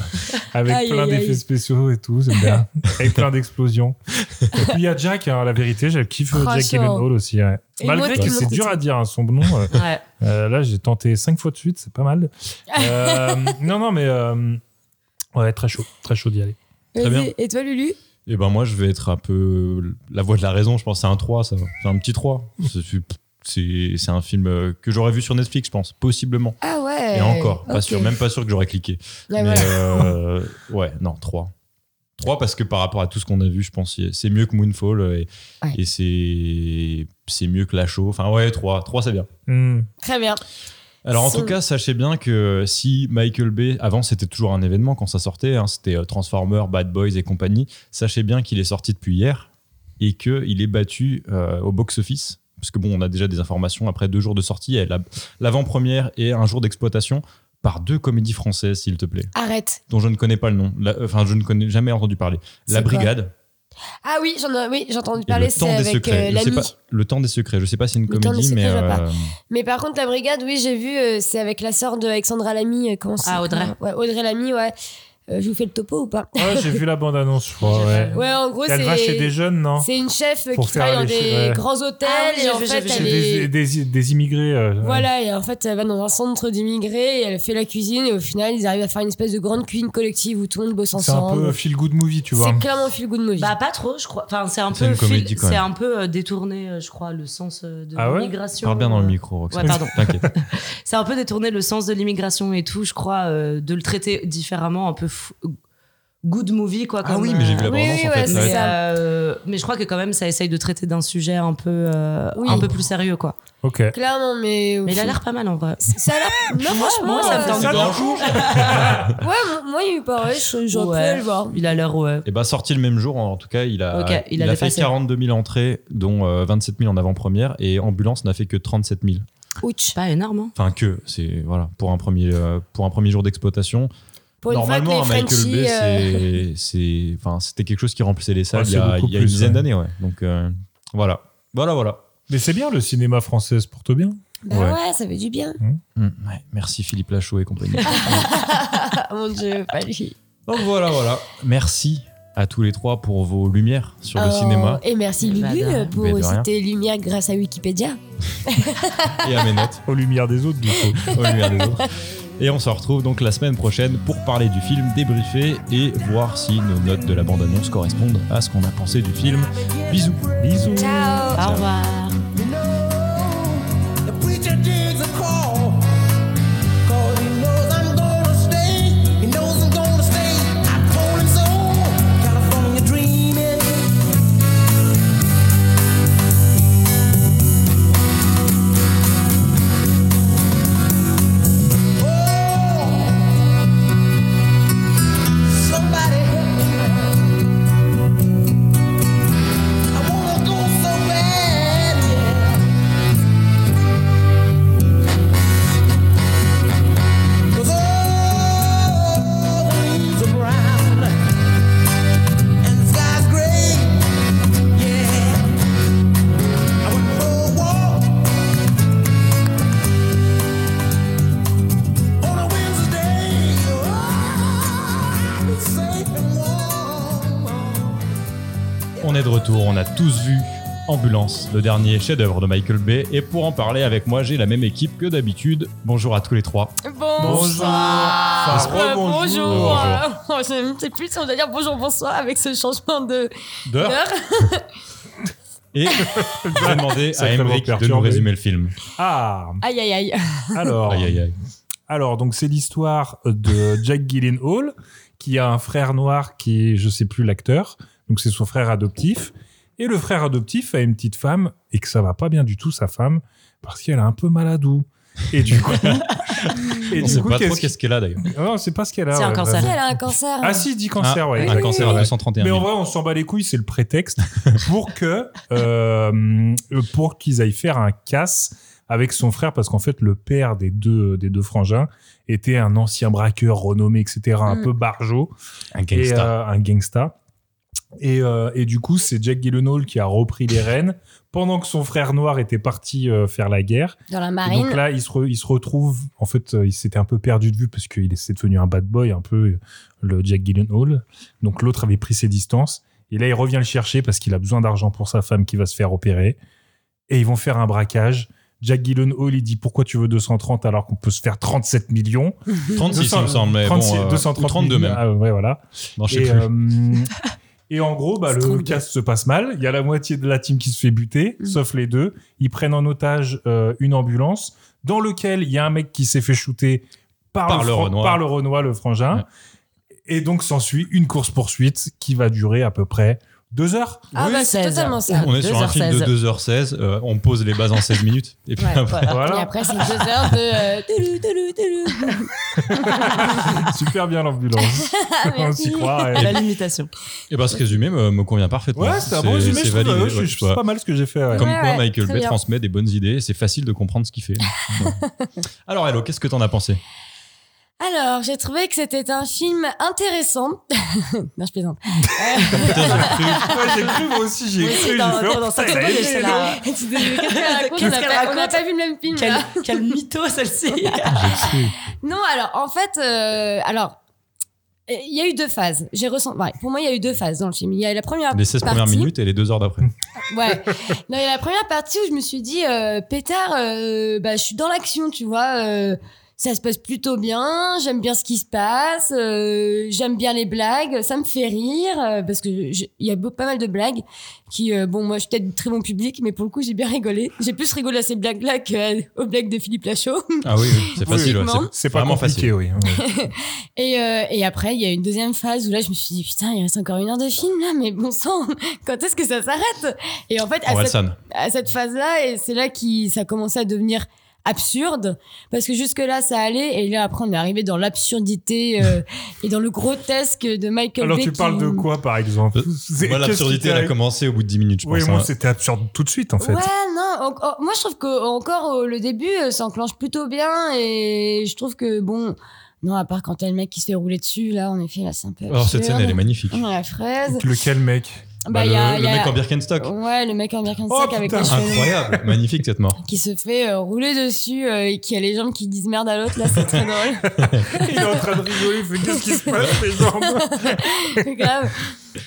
S8: Avec
S7: Aïe,
S8: plein
S7: aïe, aïe.
S8: d'effets spéciaux et tout, j'aime bien. Avec plein d'explosions. Et puis il y a Jack, hein, la vérité, j'ai kiffé Jack
S7: Franchement.
S8: Hall aussi. ouais.
S7: Oh, Et
S8: Malgré
S7: moi,
S8: que
S7: tout
S8: c'est
S7: le
S8: dur
S7: monde.
S8: à dire hein, son
S7: [laughs]
S8: nom. euh,
S9: [laughs] Ouais.
S8: euh, là, j'ai tenté 5 fois de suite, c'est pas mal. Euh, non, non, mais. euh, ouais, très chaud. Très chaud d'y aller.
S6: Très bien.
S7: Vas-y. Et toi, Lulu
S6: Eh ben moi, je vais être un peu la voix de la raison. Je pense c'est un 3, ça. C'est un petit 3. C'est- C'est c'est un film euh, que j'aurais vu sur Netflix, je pense, possiblement.
S7: Ah ouais.
S6: Et encore, pas
S7: Ok.
S6: sûr, même pas sûr que j'aurais cliqué.
S7: Ouais,
S6: Mais
S7: voilà.
S6: euh, ouais, non, 3. 3 parce que par rapport à tout ce qu'on a vu, je pense c'est mieux que Moonfall euh, et,
S7: Ouais.
S6: et c'est c'est mieux que La Chaux. Enfin ouais, 3, 3 c'est bien.
S8: Hmm.
S7: Très bien.
S6: Alors en
S7: Sans-
S6: tout cas, sachez bien que si Michael Bay, avant c'était toujours un événement quand ça sortait, hein, c'était euh, Transformers, Bad Boys et compagnie, sachez bien qu'il est sorti depuis hier et qu'il est battu euh, au box-office. Parce que bon, on a déjà des informations après deux jours de sortie, et la- l'avant-première et un jour d'exploitation par deux comédies françaises, s'il te plaît,
S7: Arrête.
S6: dont je ne connais pas le nom, La- enfin je ne connais jamais entendu parler.
S7: C'est
S6: La
S7: quoi
S6: Brigade
S7: Ah oui, j'en ai, oui, j'ai entendu
S6: et
S7: parler,
S6: Le
S7: c'est
S6: Temps
S7: avec
S6: des
S7: euh,
S6: Secrets. Je sais
S7: l'ami.
S6: pas- le Temps des Secrets, je sais pas si c'est une
S7: Le Temps des
S6: comédie, mais
S7: Secrets, je vois pas.
S6: euh,
S7: Mais par contre, la brigade, oui, j'ai vu, euh, c'est avec la sœur de Alexandra Lamy. euh, Comment c'est-
S9: Ah, Audrey.
S7: comment- Ouais, Audrey Lamy, ouais. Euh, je vous fais le topo ou pas
S8: Ouais, j'ai vu la bande-annonce, je crois.
S6: Euh,
S7: [laughs]
S8: Ouais.
S7: Ouais, en gros,
S8: Elle va chez des
S7: c'est.
S8: jeunes,
S6: hein,
S8: non
S7: C'est une chef euh,
S8: Pour
S7: qui
S8: faire
S7: travaille dans
S8: les-
S7: des
S8: ouais.
S7: grands hôtels
S9: Ah oui,
S7: et
S9: j'ai
S7: en
S9: vu, j'ai
S7: fait
S9: vu,
S7: elle
S8: C'est
S9: j'ai
S7: est-
S8: des, des- des immigrés. euh,
S7: Voilà, et en fait, elle va dans un centre d'immigrés, et elle fait la cuisine, et au final, ils arrivent à faire une espèce de grande cuisine collective où tout le monde bosse
S8: C'est un peu
S7: ensemble.
S8: feel good movie, tu vois.
S7: C'est clairement feel good movie.
S9: Bah pas trop, je crois. Enfin, c'est un
S6: C'est
S9: peu
S6: une comédie,
S9: fil-
S6: quand
S9: c'est
S6: même.
S9: un peu euh, détourné, euh, je crois, le sens euh, de
S8: Ah ouais
S9: l'immigration.
S6: parle bien dans le
S9: euh,
S6: micro, Roxane.
S9: Ouais, pardon.
S6: T'inquiète.
S9: C'est un peu détourné le sens de l'immigration et tout, je crois, euh, de le traiter différemment, un peu fou- good movie quoi.
S6: Ah
S9: comme,
S6: oui, mais j'ai
S9: euh,
S6: vu la
S7: Oui,
S6: bande-annonce
S7: oui,
S6: en
S7: ouais,
S6: fait.
S7: c'est
S9: Mais,
S6: Ouais.
S9: euh, mais je crois que quand même ça essaye de traiter d'un sujet un peu euh,
S7: Oui.
S9: un peu plus sérieux quoi.
S8: Ok.
S7: Clairement, mais.
S9: Mais il a l'air pas mal en vrai.
S7: Ça a [laughs] l'air. Non, franchement,
S9: Moi, ça me
S7: euh,
S9: tente
S8: Ça,
S9: bien.
S7: Ouais, moi- moi, il me paraît, je- j'aurais
S9: Ouais.
S7: pu aller le voir.
S9: Il a l'air ouais.
S6: Et bah sorti le même jour, en tout cas, il a,
S9: Ok, il
S6: il
S9: a
S6: a fait
S9: dépassé.
S6: 42 000 entrées, dont euh, 27 000 en avant-première, et Ambulance n'a fait que 37 000.
S7: Ouch.
S9: Pas énorme. hein.
S6: Enfin que, c'est voilà, pour un premier, euh, pour un premier jour d'exploitation.
S7: Pour une fois que
S6: Normalement,
S7: les
S6: un Michael
S7: Frenchies,
S6: Bay,
S7: euh,
S6: c'est- c'est, enfin, c'était quelque chose qui remplissait les salles
S8: Ouais,
S6: il y
S8: c'est
S6: a,
S8: beaucoup
S6: il y a
S8: plus,
S6: une dizaine
S8: ouais.
S6: d'années, ouais. Donc euh, voilà, voilà, voilà.
S8: Mais c'est bien, le cinéma français se porte bien.
S7: Bah
S6: ouais.
S7: ouais. ça fait du bien.
S6: Mm, ouais, merci Philippe Lachaud
S7: [laughs]
S6: et compagnie.
S7: Ah mon dieu, pas lui.
S6: Donc voilà, voilà. Merci à tous les trois pour vos lumières sur le
S7: Oh,
S6: cinéma
S7: Et merci
S9: Eh ben,
S7: Lulu
S9: de-
S7: pour
S6: Mais de rien.
S7: citer Lumière grâce à Wikipédia.
S6: et à mes notes.
S8: Aux lumières des autres, du coup.
S6: [laughs] au lumière des autres. Et on se retrouve donc la semaine prochaine pour parler du film, débriefer et voir si nos notes de la bande-annonce correspondent à ce qu'on a pensé du film. Bisous. Bisous.
S7: Ciao.
S9: Au revoir.
S12: The preacher digs a call. Cause he knows I'm gonna stay. He knows I'm gonna stay. I told him so. California dreaming. Oh, somebody help me. I wanna go so bad, yeah.
S6: est de retour. On a tous vu Ambulance, le dernier chef-d'œuvre de Michael Bay. Et pour en parler avec moi, j'ai la même équipe que d'habitude. Bonjour à tous les trois.
S7: Bonsoir.
S6: Bonjour.
S7: Euh,
S6: Bonjour.
S7: bonjour. [laughs]
S6: Bonjour.
S7: Euh, Je ne sais plus si on doit dire bonjour, bonsoir avec ce changement de
S6: D'heure. [laughs] Et je vais demander à
S8: Sacrément
S6: Emmerich de nous
S8: perturbé.
S6: résumer le film.
S8: Ah
S7: aïe, aïe, aïe.
S8: Alors,
S6: Aïe, aïe, aïe.
S8: alors donc c'est l'histoire de Jack Gyllenhaal qui a un frère noir qui est je sais plus l'acteur, donc c'est son frère adoptif et le frère adoptif a une petite femme et que ça va pas bien du tout sa femme parce qu'elle est un peu maladou. Et du
S6: [laughs]
S8: coup,
S6: On sait pas trop qu'est-ce qu'elle a, d'ailleurs.
S8: Non, Oh, c'est pas ce qu'elle a.
S7: C'est un
S8: ouais,
S7: cancer. Si,
S8: vraiment.
S7: elle a un cancer.
S8: Ah si, dit cancer,
S6: Ah,
S8: ouais.
S6: un cancer à 231
S8: Mais
S6: 000.
S8: en vrai, on s'en bat les couilles, c'est le prétexte pour que euh, pour qu'ils aillent faire un casse avec son frère parce qu'en fait le père des deux des deux frangins était un ancien braqueur renommé etc un
S6: Mm.
S8: peu barjot
S6: Un gangsta.
S8: Et, euh, un gangsta et, euh, et du coup c'est Jack Gyllenhaal qui a repris les rênes pendant que son frère noir était parti euh, faire la guerre
S7: Dans la
S8: Et
S7: marine.
S8: donc là il se, re- il se retrouve en fait euh, il s'était un peu perdu de vue parce qu'il s'est devenu un bad boy un peu euh, le Jack Gyllenhaal donc l'autre avait pris ses distances et là il revient le chercher parce qu'il a besoin d'argent pour sa femme qui va se faire opérer et ils vont faire un braquage Jack Gyllenhaal il dit pourquoi tu veux 230 alors qu'on peut se faire 37 millions
S6: 36, il me semble, mais bon, euh, ou 32
S8: millions.
S6: même.
S8: Ah, ouais, voilà.
S6: Non, je sais
S8: et,
S6: plus.
S8: euh, et en gros, bah, le casse se passe mal. Il y a la moitié de la team qui se fait buter, sauf les deux. Ils prennent en otage euh, une ambulance dans lequel il y a un mec qui s'est fait shooter par,
S6: Par le
S8: fran-
S6: Renoir.
S8: par le Renoir, le frangin. Et donc s'ensuit une course-poursuite qui va durer à peu près deux heures.
S7: Ah bah c'est totalement ça.
S6: On est sur un film
S7: 2h16.
S6: de 2h16, euh, on pose les bases en 16 minutes, et puis
S7: Ouais,
S6: après,
S7: Et après c'est deux heures de... euh, toulou, toulou, toulou.
S8: [laughs] Super bien l'ambulance. On s'y
S6: Ah,
S8: croit. ouais.
S9: La limitation.
S6: Et bah, ce résumé me, me convient parfaitement.
S8: Ouais, c'est un bon résumé.
S6: c'est
S8: Je trouve,
S6: validé,
S8: ouais, je-
S6: ouais,
S8: je- c'est pas mal ce que j'ai fait. ouais.
S6: Comme quoi,
S7: ouais,
S6: Michael
S7: très
S6: Bay
S7: bien.
S6: transmet des bonnes idées, c'est facile de comprendre ce qu'il fait. [laughs] Ouais. Alors, Hello, qu'est-ce que t'en as pensé
S7: Alors j'ai trouvé que c'était un film intéressant. [laughs] non je
S9: [laughs]
S7: plaisante.
S8: Ouais, j'ai cru, moi aussi, j'ai
S9: Moi aussi,
S8: cru.
S9: dans-
S8: j'ai fait,
S9: dans-
S8: oh,
S9: dans sa
S8: putain,
S9: tête,
S8: elle est
S9: c'est
S8: gênante.
S9: la-
S7: Qu'est-ce qu'elle raconte
S9: Qu'est-ce
S7: On a pas-
S9: qu'elle
S7: On n'a
S9: raconte
S7: pas vu le même film.
S9: Quel,
S7: là.
S9: quel mytho celle-ci
S7: [laughs] Non, alors en fait, euh, alors euh, il y a eu deux phases. J'ai ressenti. ouais, pour moi, il y a eu deux phases dans le film. Il y a eu la première
S6: Les 16
S7: partie.
S6: premières minutes et les 2 heures d'après.
S7: Ouais. Non, il y a la première partie où je me suis dit, euh, pétard, euh, bah, je suis dans l'action, tu vois. euh, ça se passe plutôt bien. J'aime bien ce qui se passe. euh, j'aime bien les blagues. Ça me fait rire euh, parce que je- il y a beau- pas mal de blagues qui, euh, bon, moi, je suis peut-être du très bon public, mais pour le coup, j'ai bien rigolé. J'ai plus rigolé à ces blagues-là qu'aux blagues de Philippe Lachaud. [laughs]
S6: Ah oui, oui, c'est
S8: Oui,
S6: facile. ouais,
S7: Typiquement.
S8: C'est pas
S6: vraiment
S8: compliqué,
S6: facile.
S8: oui.
S7: Et, euh, et après, il y a une deuxième phase où là, je me suis dit, putain, il reste encore une heure de film, là, mais bon sang, [laughs] quand est-ce que ça s'arrête Et en fait, à cette,
S6: Orelsan.
S7: à cette phase-là, et c'est là qui ça commençait à devenir absurde, parce que jusque-là, ça allait, et là, après, on est arrivé dans l'absurdité euh, et dans le grotesque de Michael
S8: Alors,
S7: Bay
S8: tu
S7: qui-
S8: parles de quoi, par exemple
S6: Euh,
S8: C'est-
S6: Moi,
S8: qu'est-ce qui
S6: l'absurdité, elle a
S8: t'arrive
S6: commencé au bout de 10 minutes, je
S8: Oui,
S6: pense.
S8: moi,
S6: hein.
S8: c'était absurde tout de suite, en fait.
S7: Ouais, non, en- en- moi je trouve que encore euh, le début euh, s'enclenche plutôt bien et je trouve que bon, non, à part quand t'as le mec qui se fait rouler dessus, là, en effet, là, c'est un peu.
S6: Alors, cette
S7: absurde.
S6: scène, elle est magnifique.
S7: La fraise.
S8: Lequel mec
S7: Bah,
S6: Bah,
S7: y a- y
S6: le, le
S7: a-
S6: mec en Birkenstock.
S7: Ouais, le mec en Birkenstock
S8: Oh,
S7: avec
S8: putain,
S7: les cheveux longs,
S6: Incroyable, magnifique cette mort.
S7: qui se fait euh, rouler dessus euh, et qui a les jambes qui disent merde à l'autre là, c'est
S6: [laughs]
S7: très drôle.
S8: [laughs] Il est en train de rigoler, il fait qu'est-ce qui se passe, les jambes
S7: [laughs] C'est grave.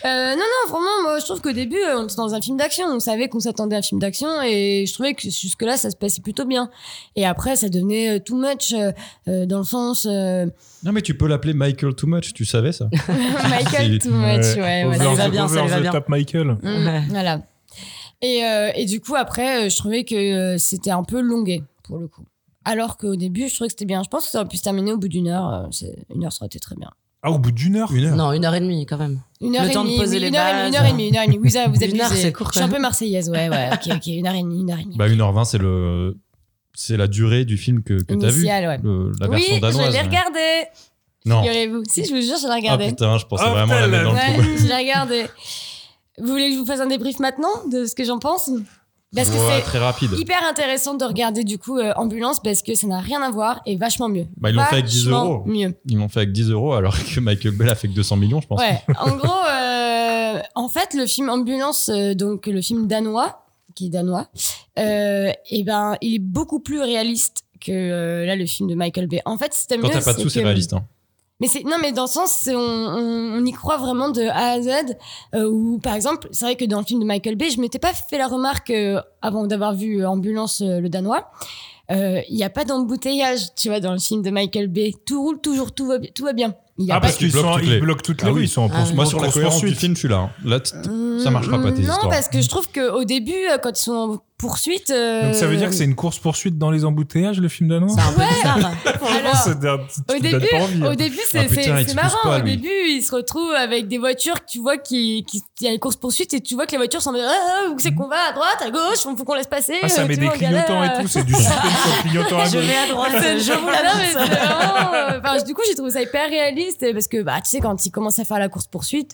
S7: Euh, non non, vraiment moi je trouve qu'au début euh, on était dans un film d'action, on savait qu'on s'attendait à un film d'action et je trouvais que jusque là ça se passait plutôt bien. Et après ça devenait euh, too much euh, euh, dans le sens euh, [laughs]
S6: Non, mais tu peux l'appeler Michael Too Much, tu savais ça
S7: Michael too much, ouais,
S8: Over
S7: voilà.
S9: lui va
S8: the-
S9: bien, ça lui
S8: over
S9: va
S8: the
S9: bien.
S8: top Michael.
S7: Mm,
S9: Ouais.
S7: Voilà. Et, euh, et du coup, après, euh, je trouvais que euh, c'était un peu longué, pour le coup. Alors qu'au début, je trouvais que c'était bien. Je pense que ça aurait pu se terminer au bout d'une heure. euh, c'est- une heure, ça aurait été très bien.
S8: Ah, au bout d'une heure
S6: Une heure.
S9: Non, une heure et demie quand même.
S7: Une heure
S9: Le
S7: et
S9: temps de
S7: demie,
S9: poser
S7: oui,
S9: les
S7: une heure et demie,
S9: bases.
S7: une heure et demie, une heure et demie, vous, a- vous
S9: [laughs] Une heure,
S7: abusez.
S9: c'est court,
S7: Je suis un
S9: quand
S7: peu marseillaise, ouais, ouais, ok, ok, une heure et demie, une heure et demie.
S6: Bah, 1h20, c'est le. C'est la durée du film que, que t'as vu.
S7: Initial, ouais.
S6: Le- la
S7: oui,
S6: version danoise.
S7: je l'ai
S6: mais-
S7: regardé,
S6: Non.
S7: figurez-vous. Si, je vous jure, je l'ai
S6: Ah
S7: regardé.
S6: putain, je pensais
S8: Oh,
S6: vraiment la
S8: putain,
S6: mettre dans
S7: ouais,
S6: le
S7: [laughs]
S6: trou.
S7: je l'ai regardé. Vous voulez que je vous fasse un débrief maintenant de ce que j'en pense Parce que
S6: Ouais,
S7: c'est
S6: très rapide.
S7: hyper intéressant de regarder du coup euh, Ambulance parce que ça n'a rien à voir et vachement mieux.
S6: Bah, ils l'ont fait avec 10
S7: Vachement
S6: euros.
S7: Mieux.
S6: Ils l'ont fait avec 10 euros alors que Michael Bell a fait que 200 millions, je pense.
S7: Ouais. en gros, euh, en fait, le film Ambulance, euh, donc le film danois, qui est danois, euh, et ben, il est beaucoup plus réaliste que euh, là le film de Michael Bay. En fait, si t'aimes
S6: Quand
S7: bien,
S6: t'as pas de
S7: c'est
S6: sous, c'est
S7: que-
S6: réaliste. hein.
S7: Mais c'est non, mais dans le sens, c'est- on, on, on y croit vraiment de A à Z. euh, Ou par exemple, c'est vrai que dans le film de Michael Bay, je m'étais pas fait la remarque euh, avant d'avoir vu Ambulance euh, le Danois. Euh, Il y n'y a pas d'embouteillage, tu vois, dans le film de Michael Bay. Tout roule toujours, tout va, bi- tout va bien. Il y a
S6: Ah,
S7: pas
S6: parce qu'ils
S8: bloquent
S6: sont-
S8: toutes les-
S6: ils
S8: Ah
S6: rues,
S8: oui.
S6: ils sont en
S8: Ah
S6: course.
S8: oui.
S6: Moi, sur la
S8: Course
S6: cohérence du
S8: poursuite.
S6: film, je suis là. hein. Là, t- ça marchera pas tes
S7: non,
S6: histoires.
S7: parce que je trouve qu'au début, euh, quand ils sont en poursuite. euh,
S8: Donc ça veut dire que c'est une course-poursuite dans les embouteillages, le film d'annonce C'est un
S7: peu bizarre.
S8: [laughs]
S7: Alors, Au début, au début, c'est
S8: Ah, putain,
S7: c'est-
S8: il
S7: c'est
S8: se pousse
S7: marrant.
S8: pas,
S7: au
S8: lui.
S7: début, ils se retrouvent avec des voitures que tu vois qui, qui il y a une course poursuite et tu vois que les voitures sont en mode ah, ah, où c'est qu'on va à droite, à gauche, on faut qu'on laisse passer.
S8: Ah, ça
S7: euh,
S8: met
S7: tu
S8: des
S7: vois, on galère.
S8: clignotants et tout, c'est du suspense en clignotant hein. à
S7: [laughs] Je
S8: gauche.
S7: vais à droite, je vous la
S9: Non,
S7: mais
S9: mais
S7: c'est vraiment, euh, enfin, du coup, j'ai trouvé ça hyper réaliste euh, parce que bah tu sais quand ils commencent à faire la course poursuite.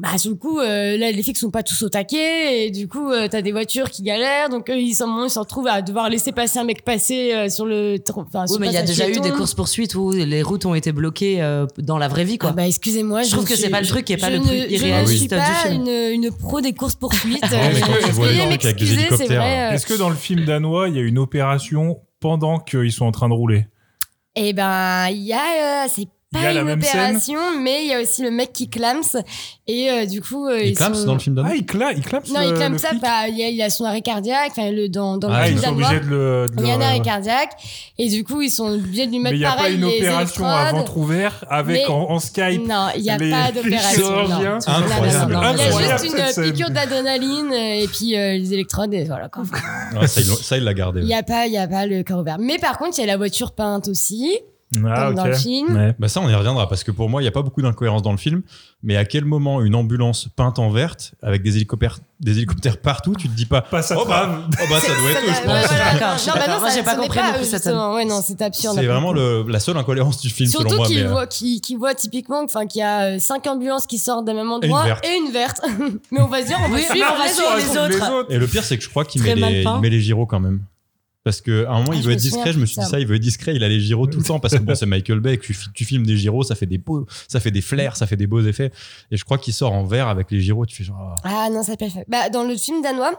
S7: Bah, sur le coup, euh, là, les flics sont pas tous au taquet, et du coup, euh, t'as des voitures qui galèrent, donc eux, ils s'en ils s'en retrouvent à devoir laisser passer un mec passer euh, sur le. tro- enfin,
S9: Oui,
S7: sur
S9: mais il y a
S7: passage
S9: déjà eu
S7: piéton.
S9: des courses-poursuites où les routes ont été bloquées euh, dans la vraie vie, quoi.
S7: bah, excusez-moi,
S9: je trouve
S7: ne
S9: que c'est
S7: suis-
S9: pas le truc qui est
S7: je-
S9: pas
S7: je
S9: le
S7: ne-
S9: plus
S7: Je ne suis
S9: irréaliste du
S7: pas
S9: film.
S7: une, une pro des courses poursuites. euh,
S8: Ouais, mais quand tu vois les
S7: Veuillez
S8: gens
S6: avec des
S7: m'excuser, c'est
S6: hélicoptères,
S7: vrai. euh,
S8: Est-ce que dans le film danois, il y a une opération pendant qu'ils sont en train de rouler
S7: Eh ben, il y a, euh, c'est
S8: Il y a
S7: pas
S8: la
S7: une
S8: même scène
S7: opération, mais il y a aussi le mec qui clame et euh, du coup, euh,
S6: Il
S7: ils
S6: clame
S7: sont-
S6: dans le euh, film d'annonce.
S8: Ah, il, cla il clame
S7: Non,
S8: le,
S7: il clame
S8: le
S7: ça.
S8: flic
S7: bah, il y a- il y a son arrêt cardiaque. Enfin, le dans dans
S8: Ah,
S7: le
S8: ils
S7: film
S8: sont
S7: danois,
S8: obligés de le. de
S7: Il y a un
S8: le-
S7: arrêt cardiaque et du coup, ils sont obligés de lui
S8: Mais
S7: mettre
S8: il n'y a pas
S7: pareil
S8: une
S7: les
S8: opération à
S7: électrodes.
S8: ventre ouvert avec
S7: Mais-
S8: en, en Skype.
S7: Non, il n'y a
S8: les [laughs]
S7: pas d'opération. non.
S8: chirurgiens.
S7: Non, non, non,
S8: Incroyable.
S7: non. Il y a
S8: Incroyable,
S7: juste
S8: cette
S7: une
S8: scène.
S7: piqûre d'adrénaline euh, et puis euh, les électrodes et voilà. quoi.
S6: Ouais, ça, il- ça, il l'a gardé.
S7: Il n'y a pas, il y a pas le corps ouvert. Mais par contre, il y a la voiture peinte aussi.
S6: Ah,
S7: Comme dans le film.
S6: Ouais. Bah ça, on y reviendra parce que pour moi, il n'y a pas beaucoup d'incohérences dans le film. Mais à quel moment une ambulance peinte en verte avec des hélicoptères, des hélicoptères partout, tu te dis pas, oh, bah, oh bah, ça doit être eux, je
S7: Ouais,
S6: pense.
S7: voilà.
S9: d'accord, je suis
S7: Non, bah
S9: d'accord.
S7: non,
S9: Moi,
S7: ça-
S9: j'ai pas
S7: ça n'est
S9: compris non plus cette
S7: justement. Ouais, non, c'est absurde.
S6: C'est vraiment le- la seule incohérence du film
S7: Surtout
S6: selon moi.
S7: qu'il
S6: mais, euh,
S7: voit, qu'il- qu'il voit typiquement enfin, qu'il y a euh, cinq ambulances qui sortent d'un même endroit
S6: verte.
S7: et une verte. [laughs] mais on va se dire, on va
S9: Oui,
S7: suivre
S9: mais on va
S7: les
S9: suivre
S7: autres.
S9: les autres. Les autres.
S6: Et le pire, c'est que je crois qu'il
S7: Très
S6: met,
S7: mal
S6: les-
S7: peint.
S6: il met les gyros quand même. Parce qu'à un moment,
S7: Ah,
S6: il
S7: je
S6: veut
S7: me
S6: être discret.
S7: souviens
S6: Je me
S7: plus
S6: suis
S7: de
S6: dit
S7: ça.
S6: ça, il veut être discret. Il a les
S7: [laughs]
S6: gyros tout le temps parce que bon, c'est Michael Bay. Que tu, fi- tu filmes des gyros, ça fait des beaux, ça fait des flares, ça fait des beaux effets. Et je crois qu'il sort en vert avec les gyros. Tu fais genre, ah,
S7: Ah non, ça peut pas. Bah, dans le film danois,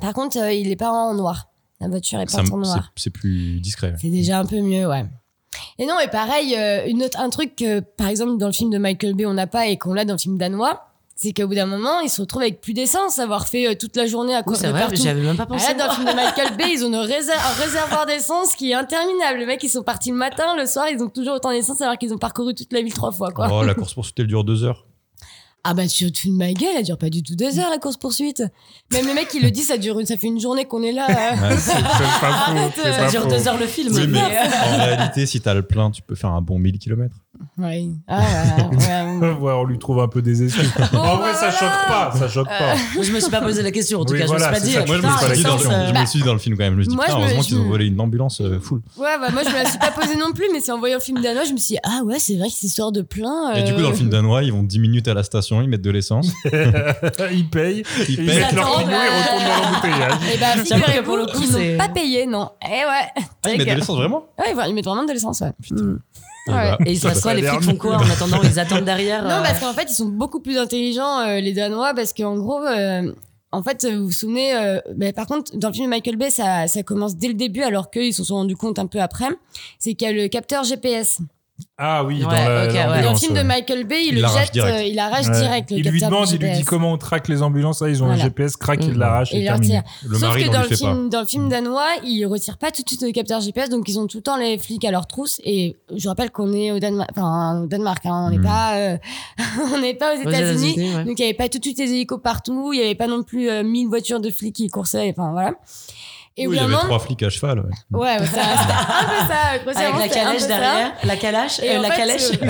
S7: par contre, euh, il est peint en noir. La voiture est
S6: ça me-
S7: peinte en
S6: c'est-
S7: noir.
S6: c'est plus discret. ouais.
S7: C'est déjà un peu mieux, ouais. Et non, et pareil, euh, une autre, un truc que, par exemple, dans le film de Michael Bay, on n'a pas et qu'on l'a dans le film danois, c'est qu'au bout d'un moment, ils se retrouvent avec plus d'essence, avoir fait euh, toute la journée à courir
S9: c'est
S7: de
S9: vrai,
S7: partout.
S9: j'avais même pas
S7: Ah, là,
S9: pensé,
S7: dans le
S9: moi.
S7: film de Michael Bay, ils ont un, réser- un réservoir d'essence qui est interminable. Les mecs, ils sont partis le matin, le soir, ils ont toujours autant d'essence alors qu'ils ont parcouru toute la ville trois fois, quoi.
S6: Oh, la course poursuite, elle dure deux heures.
S7: Ah bah tu te fous de ma gueule, elle dure pas du tout deux heures la course poursuite. Même le mec il le dit, ça dure une, ça fait une journée qu'on est là. euh. [laughs]
S6: Ouais, c'est- c'est pas
S7: Arrête,
S6: faux,
S7: euh,
S6: c'est
S9: Ça
S6: pas
S9: dure
S6: faux.
S9: deux heures le film.
S6: Oui,
S7: [laughs]
S6: mais
S9: mais-
S6: en réalité, si t'as le plein, tu peux faire un bon 1000 km.
S7: Ouais. Ah, ouais, ouais.
S8: Ouais, on lui trouve un peu
S7: [laughs]
S8: des excuses.
S7: Oh,
S8: en vrai, ça choque pas, ça choque pas.
S9: Je me suis pas posé la question, en tout
S8: Oui,
S9: cas,
S8: voilà,
S9: je me
S8: c'est
S9: suis
S8: ça.
S9: pas dit.
S8: Moi, je me
S9: putain,
S8: suis pas dit
S9: Alexandre,
S8: dans le
S9: euh,
S6: Je me suis dit dans le film quand même. Je me dis,
S7: Moi,
S6: putain,
S7: je me-
S6: heureusement
S7: je
S6: qu'ils ont
S7: me-
S6: volé une ambulance euh, full.
S7: Ouais, bah moi je me la suis pas posée non plus, mais c'est en voyant le film danois, je me suis dit, ah ouais, c'est vrai que cette histoire de plein. euh,
S6: Et du coup, dans le film danois, ils vont 10 minutes à la station, ils mettent
S7: [laughs]
S6: de l'essence.
S7: Euh.
S8: [laughs] ils payent,
S6: ils
S8: ils
S6: payent.
S8: mettent leur pignon et retournent dans l'embouteillage.
S7: Et bah
S9: J'avoue que pour
S7: figurez-vous
S9: le coup,
S7: qu'ils ont
S9: c'est-
S7: pas payé, non. Eh ouais.
S6: Ah, ils mettent de l'essence vraiment
S7: Ouais, ils mettent vraiment de l'essence, ouais.
S6: Eh
S7: Ouais.
S6: bah,
S9: Et il se
S6: ça va.
S9: passe quoi Les flics
S8: l'air
S9: font quoi en attendant Ils attendent derrière
S7: Non,
S9: euh,
S7: parce qu'en fait, ils sont beaucoup plus intelligents, euh, les Danois, parce qu'en gros, euh, en fait, vous vous souvenez, euh, bah, par contre, dans le film de Michael Bay, ça, ça commence dès le début, alors qu'ils se sont rendus compte un peu après, c'est qu'il y a le capteur GPS.
S8: Ah oui, dans
S9: Ouais,
S8: la-
S9: ok,
S7: Dans
S9: ouais.
S7: le
S8: l'ambulance,
S7: film de
S8: ouais.
S7: Michael Bay, il,
S6: Il
S7: le
S6: l'arrache
S7: jette,
S6: direct.
S7: euh, il arrache
S8: Ouais.
S7: direct le
S8: il lui
S7: capteur
S8: demande, il lui
S7: GPS.
S8: dit comment on traque les ambulances. Ah, ils ont un
S7: Voilà. Mm.
S8: GPS, crack,
S6: Mmh.
S8: il l'arrache
S7: Et
S8: et
S7: il leur
S8: terminé.
S6: Le
S7: Sauf
S6: mari,
S7: que
S6: on
S7: dans
S6: lui
S7: le,
S6: fait pas.
S7: film, dans le film danois, ils retirent pas tout de suite le capteur GPS, donc ils ont tout le temps les flics à leur trousse. Et je rappelle qu'on est au Danemark, enfin au Danemark, hein, on
S8: Hmm.
S7: n'est
S6: Mm.
S7: pas, euh, [laughs] on n'est pas aux
S9: aux
S7: États-Unis,
S9: États-Unis, ouais.
S7: donc il n'y avait pas tout de suite les hélicos partout, il n'y avait pas non plus euh, 1000 voitures de flics qui coursaient, enfin voilà. Et
S6: Oui, il y avait
S7: vraiment,
S6: trois flics à cheval. ouais.
S7: ouais, ça- c'était un peu ça.
S9: [laughs]
S7: grossièrement,
S9: Avec la
S7: c'était un
S9: calèche
S7: peu ça.
S9: derrière, la calèche,
S7: Et
S9: euh,
S7: en
S9: la
S7: fait,
S9: calèche, [laughs]
S7: euh,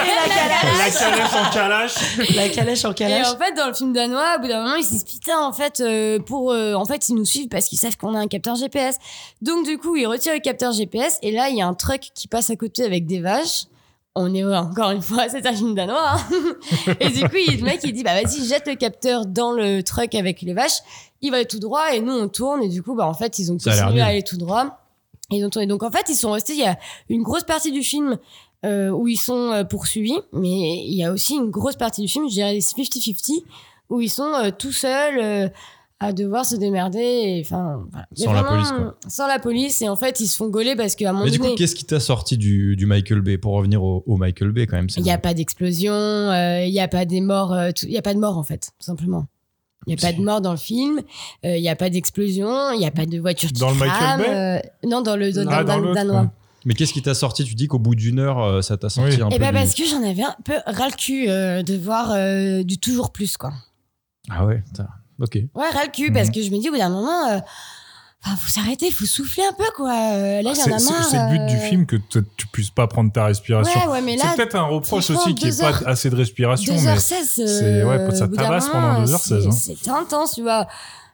S8: La calèche en calèche.
S9: la calèche en calèche.
S7: Et en fait, dans le film danois, au bout d'un moment, ils se disent putain, en fait, euh, pour, euh, en fait, ils nous suivent parce qu'ils savent qu'on a un capteur GPS. Donc du coup, ils retirent le capteur GPS et là, il y a un truck qui passe à côté avec des vaches. On est ouais, encore une fois, [laughs] c'est un film danois. hein. et du coup, il- le mec il dit bah vas-y, jette le capteur dans le truck avec les vaches. Il va aller tout droit et nous on tourne et du coup, bah en fait, ils ont
S6: Ça a l'air
S7: continué à
S6: nul.
S7: aller tout droit. Et ils ont tourné. Donc en fait, ils sont restés. Il y a une grosse partie du film euh, où ils sont euh, poursuivis, mais il y a aussi une grosse partie du film, je dirais les 50-50, où ils sont euh, tout seuls euh, à devoir se démerder. et, Enfin, voilà. Mais
S6: Sans la police, quoi.
S7: Sans la police. Et en fait, ils se font gauler parce qu'à un moment
S6: Mais du
S7: donné,
S6: coup, qu'est-ce qui t'a sorti du, du Michael Bay Pour revenir au, au Michael Bay, quand même. c'est
S7: il n'y a pas d'explosion, euh, il n'y a pas des morts, euh, tout- il n'y a pas de mort en fait, tout simplement. Il n'y a pas de mort dans le film, euh, il n'y a pas d'explosion, il n'y a pas de voiture qui
S6: Dans le Michael
S7: crame,
S6: Bay
S7: euh, Non, dans le dans, dans-
S6: Ah, dans
S7: dans le
S6: l'autre,
S7: danois.
S6: ouais. Mais qu'est-ce qui t'a sorti Tu dis qu'au bout d'une heure, euh, ça t'a sorti un
S7: Eh
S6: peu.
S7: ben
S6: du-
S7: parce que j'en avais un peu ras le cul euh, de voir euh, du toujours plus quoi.
S6: Ah ouais, putain. ok.
S7: Ouais, ras le cul
S6: Mhm.
S7: parce que je me dis au bout d'un moment, euh, enfin, faut s'arrêter, faut souffler un peu quoi. Euh, Là, j'en
S8: Ah, C'est
S7: ai
S8: c'est-
S7: marre,
S8: c'est le but du
S7: euh,
S8: film que t- tu puisses pas prendre ta respiration.
S7: Ouais, ouais, mais là,
S8: c'est peut-être un reproche
S7: franchement,
S8: aussi qu'il n'y ait
S7: deux heures-
S8: pas assez de respiration.
S7: 2h16.
S8: mais
S7: euh,
S8: c'est- ouais, ça tabasse pendant 2h16. hein.
S7: C'est c'est intense, tu vois.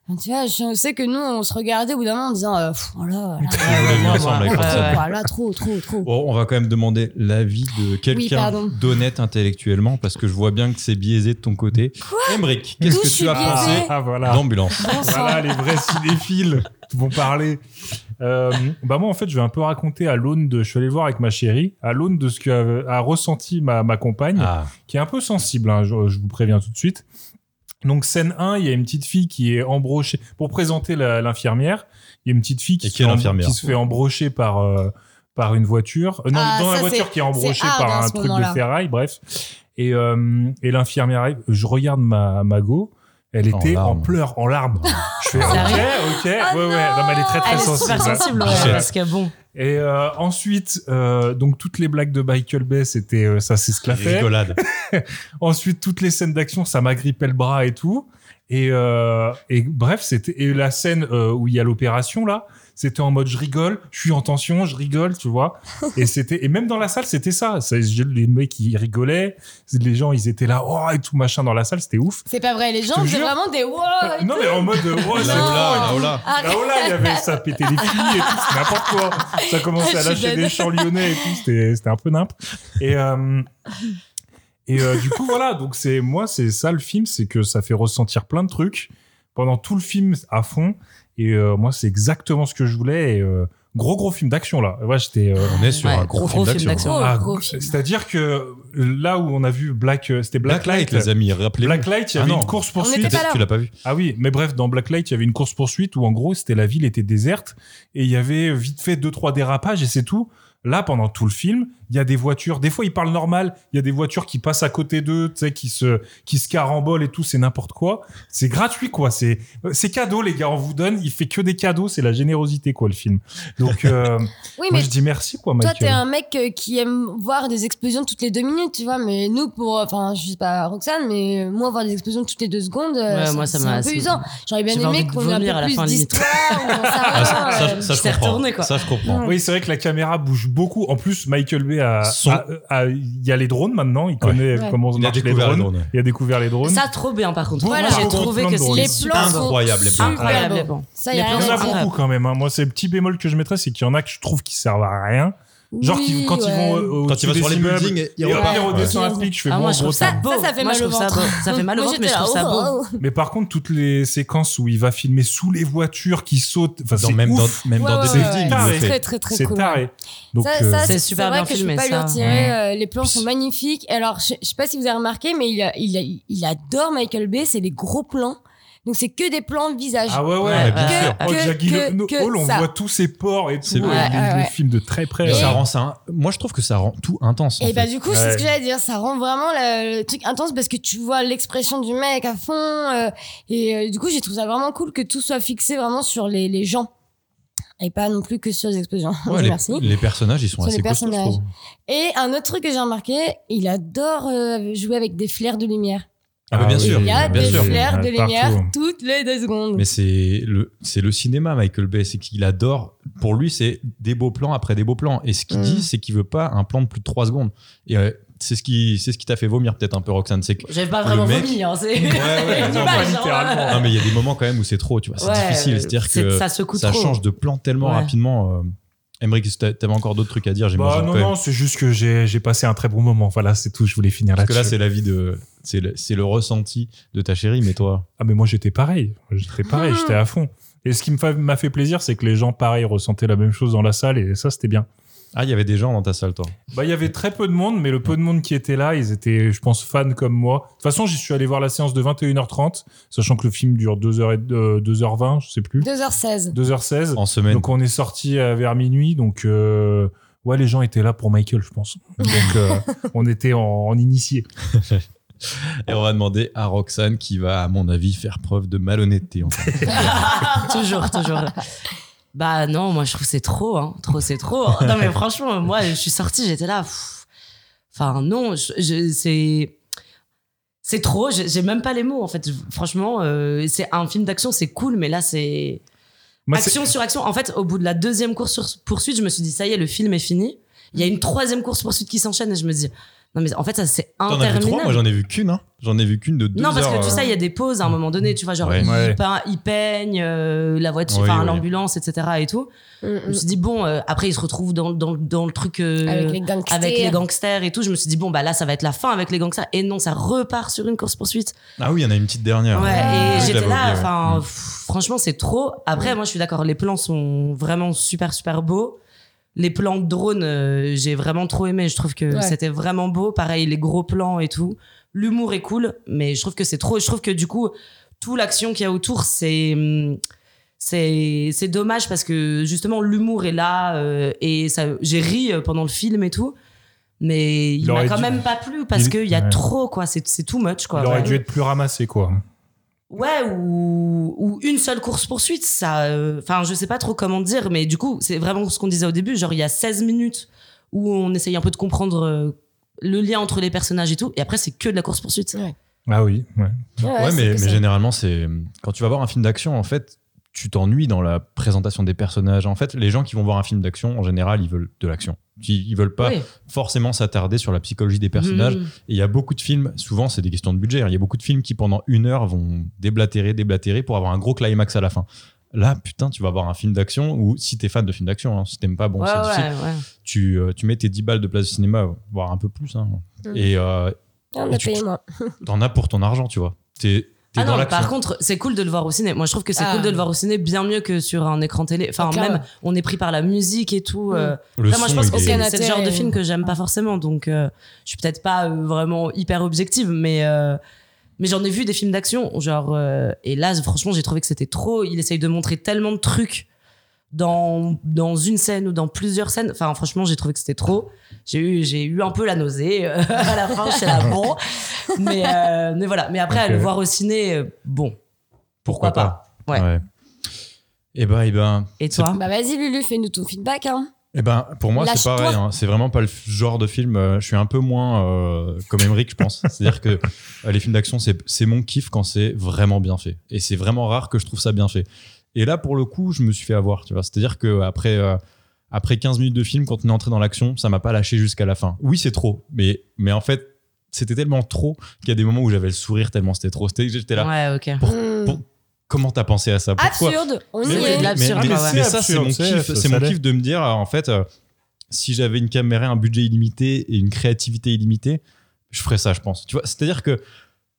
S7: Enfin, Tu vois, je sais que nous, on se regardait au bout d'un moment en disant, euh, pff, voilà, voilà,
S8: [laughs] Ah,
S6: Il semble,
S8: euh,
S7: voilà,
S6: avec
S7: trop,
S6: ça.
S7: quoi, là, trop, trop, trop.
S6: Bon, Oh, on va quand même demander l'avis de quelqu'un
S7: pardon.
S6: d'honnête intellectuellement parce que je vois bien que c'est biaisé de ton côté. Emric, qu'est-ce
S8: D'où
S6: que
S8: je suis
S6: tu as
S8: biaisée
S6: pensé
S8: Ah, voilà.
S6: d'ambulance
S8: Bon Voilà, sang. les vrais cinéphiles vont parler. Euh, bah moi en fait je vais un peu raconter à l'aune de je suis allé le voir avec ma chérie à l'aune de ce que a, a ressenti ma, ma compagne qui est un peu sensible hein, je, je vous préviens tout de suite donc scène 1 il y a une petite fille qui est embrochée pour présenter la- l'infirmière il y a une petite fille qui, se
S6: qui est
S8: fait, em-
S6: l'infirmière.
S8: qui se fait embrocher par euh, par une voiture Euh, non
S6: Ah,
S8: dans la
S6: ça,
S8: voiture
S6: c'est-
S8: qui est embrochée
S6: c'est hard,
S8: par
S6: hein,
S8: un
S6: ce
S8: truc de
S6: moment-là.
S8: ferraille bref et, euh, et l'infirmière arrive je regarde ma, ma go elle
S6: En
S8: était en,
S6: larmes.
S8: pleurs
S6: [laughs]
S8: en larmes je fais ok ok ouais ouais non, mais elle est très très
S9: Elle est
S8: sensible
S9: super sensible, ouais,
S8: Bichette.
S9: parce que bon.
S8: et euh, ensuite, euh, donc toutes les blagues de Michael Bay, c'était euh, ça
S6: Les
S8: s'esclaffait.
S6: rigolades.
S8: ensuite, toutes les scènes d'action, ça m'agrippait le bras et tout. Et, euh, et bref, c'était et la scène euh, où il y a l'opération là, c'était en mode je rigole, je suis en tension, je rigole, tu vois. et c'était et même dans la salle, c'était ça. Ça, je- Les mecs ils rigolaient, les gens ils étaient là oh et tout machin dans la salle, c'était ouf.
S7: C'est pas vrai, les gens
S8: te
S7: faisaient
S8: jure.
S7: vraiment des wow Ah. et
S8: Non
S7: tout.
S8: mais en mode oh, c'est
S6: Là,
S8: bon,
S6: là,
S8: et tout.
S6: là,
S7: là.
S8: Là, oh là, il y avait ça pétait les filles et tout, c'était n'importe quoi. Ça commençait à
S6: Je suis
S8: lâcher
S6: dead.
S8: des chants lyonnais et tout, c'était c'était un peu nimp. Et euh, et euh, du coup voilà, donc c'est moi c'est ça le film, c'est que ça fait ressentir plein de trucs pendant tout le film à fond. Et euh, moi c'est exactement ce que je voulais. Et, euh, gros gros film d'action là. Ouais, j'étais. euh,
S6: On est sur Ouais, un gros gros film film d'action. hein. d'action. Gros,
S8: Ah,
S6: gros
S8: C'est-à-dire que là où on a vu Black, euh, c'était Black,
S6: Blacklight, les amis, rappelez-vous.
S8: Blacklight, il y
S6: Ah
S8: avait
S6: non,
S8: une course poursuite.
S6: on était pas là. Tu l'as pas vu.
S8: Ah oui, mais bref, dans Blacklight, il y avait une course poursuite où en gros, c'était la ville était déserte et il y avait vite fait deux trois dérapages et c'est tout. Là, pendant tout le film, il y a des voitures. Des fois, ils parlent normal. Il y a des voitures qui passent à côté d'eux, tu sais, qui se, qui se carambolent et tout. C'est n'importe quoi. C'est gratuit, quoi. C'est, c'est cadeau, les gars. On vous donne. Il fait que des cadeaux. C'est la générosité, quoi, le film.
S7: [laughs]
S8: Donc, euh,
S7: [laughs] Oui,
S8: moi,
S7: mais
S8: je dis merci, quoi,
S7: Toi,
S8: Michael.
S7: t'es un mec euh, qui aime voir des explosions toutes les deux minutes, tu vois, mais nous, pour. Enfin, je sais pas Roxane, mais moi, voir des explosions toutes les deux secondes, euh,
S9: Ouais,
S7: c'est-
S9: moi, ça
S7: c'est
S9: m'a-
S7: un peu
S9: ça-
S7: usant. J'aurais bien
S9: j'avais envie
S7: aimé
S9: de
S7: qu'on ait un
S9: vomir à
S7: peu
S9: la fin,
S7: plus
S9: limite.
S7: d'histoire. où on s'arrête,
S6: Ah, ça- ça-
S7: euh,
S6: ça, je comprends. Ça, je comprends.
S8: Oui, c'est vrai que la caméra bouge beaucoup. En plus, Michael Bay a,
S6: Son-
S8: a- a- il y a les drones maintenant. Il connaît
S9: Ouais.
S8: comment on
S6: Il a
S8: marche les
S6: découvert les
S8: drones.
S6: drones, ouais.
S8: Il a découvert les drones.
S9: Ça, trop bien, par contre.
S8: Voilà.
S9: Moi, j'ai
S8: Beaucoup de
S9: trouvé
S8: plans
S9: que
S8: de
S9: c'était
S8: drôles.
S9: super beau.
S6: Incroyable, les plans.
S9: Incroyable,
S7: Super
S9: les
S7: beau.
S9: plans.
S7: Ça,
S9: Les
S7: y a
S8: Il y
S9: plans
S8: en a
S9: sont incroyables.
S8: beaucoup quand même. hein. Moi, c'est le petit bémol que je mettrais, c'est qu'il y en a que je trouve qui servent à rien. Genre
S7: Oui,
S8: qui- quand ils
S7: ouais.
S8: vont euh, au- au
S6: Quand il va
S8: des
S6: sur les
S8: immeubles,
S6: buildings et il
S8: hop,
S6: repart.
S8: il redescend
S6: Ouais.
S8: à pic, je fais
S9: Ah,
S8: bon,
S9: moi,
S8: en
S9: je trouve
S8: gros,
S9: ça
S8: t'as-
S9: beau.
S7: Ça, ça fait
S9: Moi,
S7: mal
S9: je
S7: au
S9: trouve ça
S7: ventre.
S9: beau. Ça fait mal au
S7: Moi,
S9: ventre, mais je
S7: j'étais
S9: trouve
S7: là,
S9: ça
S7: oh,
S9: beau.
S7: oh.
S8: Mais par contre, toutes les séquences où il va filmer sous les voitures qui sautent, enfin,
S6: Dans-
S8: c'est
S6: même
S8: ouf.
S6: dans- même dans Ouais, des ouais, buildings, ouais. il le
S8: taré.
S6: fait.
S7: Très, très, très
S8: C'est
S7: cool,
S8: taré.
S7: ouais.
S8: Donc,
S7: Ça-
S8: euh,
S7: ça,
S9: C'est super
S7: vrai
S9: bien
S7: que
S9: filmé,
S7: Je peux pas
S9: ça.
S7: lui retirer. euh, les plans sont magnifiques. Alors, je, je sais pas si vous avez remarqué, mais il, a- il, a- il adore Michael Bay. C'est les gros plans. Donc, c'est que des plans de visage.
S8: Ah ouais, ouais,
S6: Ouais, bien
S8: que-
S6: sûr.
S8: Oh,
S7: que-
S8: Jackie
S7: que-
S8: Gyllenhaal,
S7: que
S8: on
S7: ça.
S8: voit tous ses pores et tout.
S6: C'est
S8: euh,
S6: vrai.
S8: il
S7: Ouais,
S8: le-
S7: ouais,
S8: le
S7: ouais.
S8: film de très près.
S6: Mais
S8: ouais.
S6: ça rend ça. Moi, je trouve que ça rend tout intense. en
S7: Et bah
S6: fait.
S7: du coup, c'est
S8: Ouais.
S7: ce que j'allais dire, ça rend vraiment le, le truc intense parce que tu vois l'expression du mec à fond. euh, et euh, du coup, j'ai trouvé ça vraiment cool que tout soit fixé vraiment sur les, les gens et pas non plus que sur les explosions.
S6: Ouais,
S7: [laughs]
S6: les,
S7: Merci.
S6: les personnages, ils sont
S7: Sur les
S6: assez costauds, je
S7: personnages.
S6: trouve.
S7: Et un autre truc que j'ai remarqué, il adore euh, jouer avec des flares de lumière.
S6: Ah, bah, bien
S8: oui,
S6: sûr.
S7: Il y a
S8: bien
S7: des
S8: sûr.
S7: flares de
S8: Partout.
S7: lumière toutes les deux secondes.
S6: Mais c'est le, c'est le cinéma, Michael Bay. C'est qu'il adore. Pour lui, c'est des beaux plans après des beaux plans. Et ce qu'il
S7: Mm.
S6: dit, c'est qu'il veut pas un plan de plus de 3 secondes. Et euh, c'est ce qui, c'est ce qui t'a fait vomir peut-être un peu, Roxane. C'est que
S9: J'avais pas
S6: le
S9: vraiment
S6: mec-
S9: vomi, hein.
S6: Ouais,
S9: C'est [laughs]
S6: ouais,
S9: une
S6: non,
S9: image,
S6: pas
S9: genre,
S6: littéralement.
S9: euh,
S6: Non, mais il y a des moments quand même où c'est trop, tu vois. C'est
S9: Ouais,
S6: difficile.
S9: euh,
S6: C'est-à-dire
S9: c'est-
S6: que
S9: ça secoue trop.
S6: change de plan tellement
S9: Ouais.
S6: rapidement. Euh, Emmerich, t'a- t'avais encore d'autres trucs à dire,
S8: Bah,
S6: j'imagine.
S8: non,
S6: quand même.
S8: non, c'est juste que j'ai j'ai passé un très bon moment. Voilà, c'est tout. Je voulais finir
S6: Parce que
S8: là-dessus.
S6: là, c'est la vie de. C'est le, c'est le ressenti de ta chérie, mais toi.
S8: Ah, mais moi, j'étais pareil. J'étais
S9: [laughs]
S8: pareil. j'étais à fond. Et ce qui me fa- m'a fait plaisir, c'est que les gens, pareil, ressentaient la même chose dans la salle. Et ça, c'était bien.
S6: Ah, il y avait des gens dans ta salle, toi.
S8: Bah, il y avait très peu de monde, mais le peu de monde qui était là, ils étaient, je pense, fans comme moi. De toute façon, j'y suis allé voir la séance de 21h30, sachant que le film dure 2h et, euh, 2h20, je sais plus.
S7: 2h16.
S8: 2h16.
S6: En semaine.
S8: Donc, on est sorti euh, vers minuit. Donc, euh, ouais, les gens étaient là pour Michael, je pense. Donc,
S9: [laughs]
S8: euh, on était en, en initié.
S6: Et on va demander à Roxane qui va, à mon avis, faire preuve de malhonnêteté. en fait.
S9: [laughs] toujours, toujours. Bah non, moi je trouve que c'est trop, hein. Trop, c'est trop. Non mais franchement, moi je suis sortie, j'étais là. pff. Enfin non, je- je- c'est c'est trop. J'ai j'ai même pas les mots en fait. Franchement, euh, c'est un film d'action, c'est cool, mais là c'est
S8: Moi, c'est-
S9: action sur action. En fait, au bout de la deuxième course sur- poursuite, je me suis dit ça y est, le film est fini. Il y a une troisième course poursuite qui s'enchaîne et je me dis non mais en fait ça c'est
S6: T'en as vu trois,
S9: interminable.
S6: moi j'en ai vu qu'une. hein. J'en ai vu qu'une de deux
S9: Non, parce
S6: heures,
S9: que tu
S6: euh,
S9: sais, il y a des pauses à un moment donné, tu vois, genre,
S6: Ouais.
S9: ils,
S6: Ouais.
S9: pein- ils peignent euh, la voiture,
S6: Oui,
S9: enfin,
S6: oui.
S9: l'ambulance, etc. et tout. Je me suis dit, bon, euh, après, ils se retrouvent dans, dans, dans le truc. euh,
S7: Avec les gangsters.
S9: avec les gangsters et tout. Je me suis dit, bon, bah là, ça va être la fin avec les gangsters. Et non, ça repart sur une course-poursuite.
S6: Ah oui, il y en a une petite dernière. Ah
S9: Ouais,
S6: Je
S9: et j'étais
S6: l'avais
S9: là,
S6: oublié, ouais.
S9: enfin, pff, franchement, c'est trop. Après, moi, je suis d'accord, les plans sont vraiment super, super beaux. Les plans de drone, euh, j'ai vraiment trop aimé. Je trouve que
S7: Ouais.
S9: c'était vraiment beau. Pareil, les gros plans et tout. L'humour est cool, mais je trouve que c'est trop. Je trouve que du coup, toute l'action qu'il y a autour, c'est. hum, C'est c'est dommage parce que justement, l'humour est là euh, et ça- j'ai ri euh, pendant le film et tout. Mais il,
S8: Il
S9: m'a
S8: aurait
S9: quand
S8: dû-
S9: même pas plu parce
S8: il-
S9: qu'il y a
S8: ouais.
S9: trop, quoi. C'est c'est too much, quoi.
S8: il aurait
S9: vraiment.
S8: dû être plus ramassé, quoi.
S9: Ouais, ou, ou une seule course-poursuite, ça. euh, Enfin, je sais pas trop comment dire, mais du coup, c'est vraiment ce qu'on disait au début. Genre, il y a 16 minutes où on essaye un peu de comprendre euh, le lien entre les personnages et tout, et après, c'est que de la course-poursuite.
S8: Ah oui, ouais.
S9: Ouais,
S6: Ouais,
S9: c'est
S6: mais,
S9: que
S6: mais
S9: ça.
S6: généralement, c'est quand tu vas voir un film d'action, en fait, tu t'ennuies dans la présentation des personnages. En fait, les gens qui vont voir un film d'action, en général, ils veulent de l'action. Ils, ils veulent pas
S9: Oui.
S6: forcément s'attarder sur la psychologie des personnages.
S9: Mhm.
S6: Et il y a beaucoup de films, souvent, c'est des questions de budget. hein. Il y a beaucoup de films qui, pendant une heure, vont déblatérer, déblatérer pour avoir un gros climax à la fin. Là, putain, tu vas voir un film d'action ou si t'es fan de films d'action, hein, si t'aimes pas, bon,
S9: Ouais,
S6: c'est
S9: ouais,
S6: difficile.
S9: ouais.
S6: Tu, euh, tu mets tes 10 balles de place de cinéma, voire un peu plus. hein.
S9: Mhm.
S6: Et euh,
S7: On
S6: et
S7: a
S6: tu-
S7: payé moins.
S6: t'en as pour ton argent, tu vois. T'es t'es
S9: Ah
S6: dans
S9: non,
S6: l'action.
S9: par contre, c'est cool de le voir au ciné. Moi, je trouve que c'est
S7: Ah.
S9: cool de le voir au ciné bien mieux que sur un écran télé. Enfin,
S7: Ah, clairement.
S9: même, on est pris par la musique et tout.
S7: Mm.
S9: euh.
S6: Le
S9: Après, moi, je
S6: son,
S9: pense
S6: il
S9: que
S6: est-
S9: c'est
S7: Aucun
S9: c'est le genre de
S7: intérêt.
S9: film que j'aime pas forcément. Donc, euh, je suis peut-être pas euh, vraiment hyper objective, mais. euh, mais j'en ai vu des films d'action, genre euh, et là franchement j'ai trouvé que c'était trop. Il essaye de montrer tellement de trucs dans dans une scène ou dans plusieurs scènes. Enfin franchement j'ai trouvé que c'était trop. J'ai eu j'ai eu un peu la nausée euh, [laughs] à la fin. J'étais là bon, mais euh, mais voilà. Mais après
S6: Ok.
S9: le voir au ciné, euh, bon.
S6: Pourquoi pas,
S9: Ouais.
S6: Et ben, et ben,
S9: Et toi
S7: Bah vas-y Lulu, fais-nous ton feedback. Hein.
S6: eh ben, pour moi, c'est
S7: Lâche-toi.
S6: pareil. hein. C'est vraiment pas le f- genre de film. euh, je suis un peu moins euh, comme Emmerich, je pense. [laughs] C'est-à-dire que euh, les films d'action, c'est c'est mon kiff quand c'est vraiment bien fait. Et c'est vraiment rare que je trouve ça bien fait. Et là, pour le coup, je me suis fait avoir. Tu vois, c'est-à-dire que après. euh, après 15 minutes de film, quand on est entré dans l'action, ça m'a pas lâché jusqu'à la fin. Oui, c'est trop, mais, mais en fait, c'était tellement trop qu'il y a des moments où j'avais le sourire tellement c'était trop. C'était- J'étais là.
S9: Ouais ok.
S6: Pour-
S7: Hmm.
S6: pour- comment t'as pensé à ça Pourquoi
S7: Absurde, on y
S6: mais,
S7: est.
S6: mais-
S9: l'absurde,
S6: mais-
S8: Ah
S9: ouais,
S6: mais
S9: ouais.
S6: ça, c'est mon
S8: Absurde, bah c'est-
S6: kiff.
S8: ça,
S6: C'est
S8: ça
S6: mon
S8: l'est.
S6: kiff de me dire, euh, en fait, euh, si j'avais une caméra, un budget illimité et une créativité illimitée, je ferais ça, je pense. Tu vois, c'est-à-dire que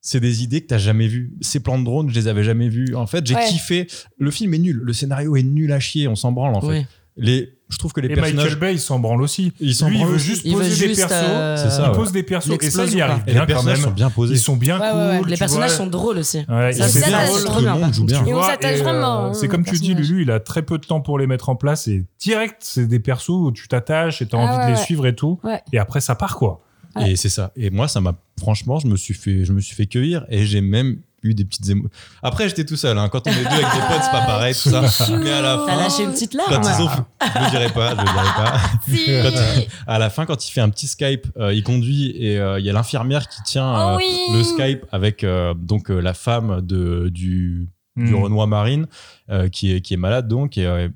S6: c'est des idées que t'as jamais vues. Ces plans de drone, je les avais jamais vus. En fait, j'ai
S7: Ouais.
S6: kiffé. Le film est nul. Le scénario est nul à chier. On s'en branle, en fait.
S9: Oui.
S6: Les, je trouve que les
S8: Et
S6: personnages.
S8: Michael Bay, il s'en branle aussi.
S6: Ils s'en
S8: Lui, il
S6: branlent.
S8: veut juste
S9: Il veut
S8: poser des
S9: juste,
S8: persos.
S9: euh,
S6: C'est ça,
S8: il
S6: Ah ouais.
S8: pose des persos. Et ça,
S9: L'explose
S8: il
S9: ou
S8: y
S9: pas
S8: arrive
S6: Et les
S8: bien quand
S6: personnages
S8: même.
S6: sont bien posés.
S8: Ils sont bien
S7: Ouais, ouais, ouais.
S8: cool.
S9: Les
S8: tu
S9: personnages
S8: vois.
S9: sont drôles aussi.
S8: Ouais,
S9: Ça,
S8: et c'est
S9: ça,
S8: bien
S9: ça,
S8: drôle.
S9: c'est
S6: Tout le monde joue bien.
S8: Tu
S7: Et on
S8: vois,
S7: s'attache
S8: et, euh,
S6: hein,
S7: vraiment,
S8: C'est
S7: euh,
S8: comme
S7: aux
S8: tu dis,
S7: personnages.
S8: Lulu, il a très peu de temps pour les mettre en place et direct, c'est des persos où tu t'attaches et t'as
S7: Ah
S8: envie
S7: ouais,
S8: de les
S7: ouais.
S8: suivre et tout.
S7: Ouais.
S8: Et après, ça part quoi.
S7: Ouais.
S6: Et c'est ça. Et moi, ça m'a franchement, je me suis fait, je me suis fait cueillir et j'ai même eu des petites émotions. Après, j'étais tout seul. hein. Quand on est deux avec des potes, c'est pas pareil, tout ça.
S7: chou.
S6: Mais à la
S9: T'as
S6: fin,
S9: lâché une petite larme.
S6: quand ils ont, je le dirai pas, je le dirai pas.
S7: Si.
S6: Quand- à la fin, quand il fait un petit Skype, euh, il conduit et euh, il y a l'infirmière qui tient
S7: Oh
S6: euh,
S7: oui.
S6: le Skype avec euh, donc euh, la femme de du du
S8: Mm.
S6: Renoir Marine euh, qui, est, qui est malade donc et euh,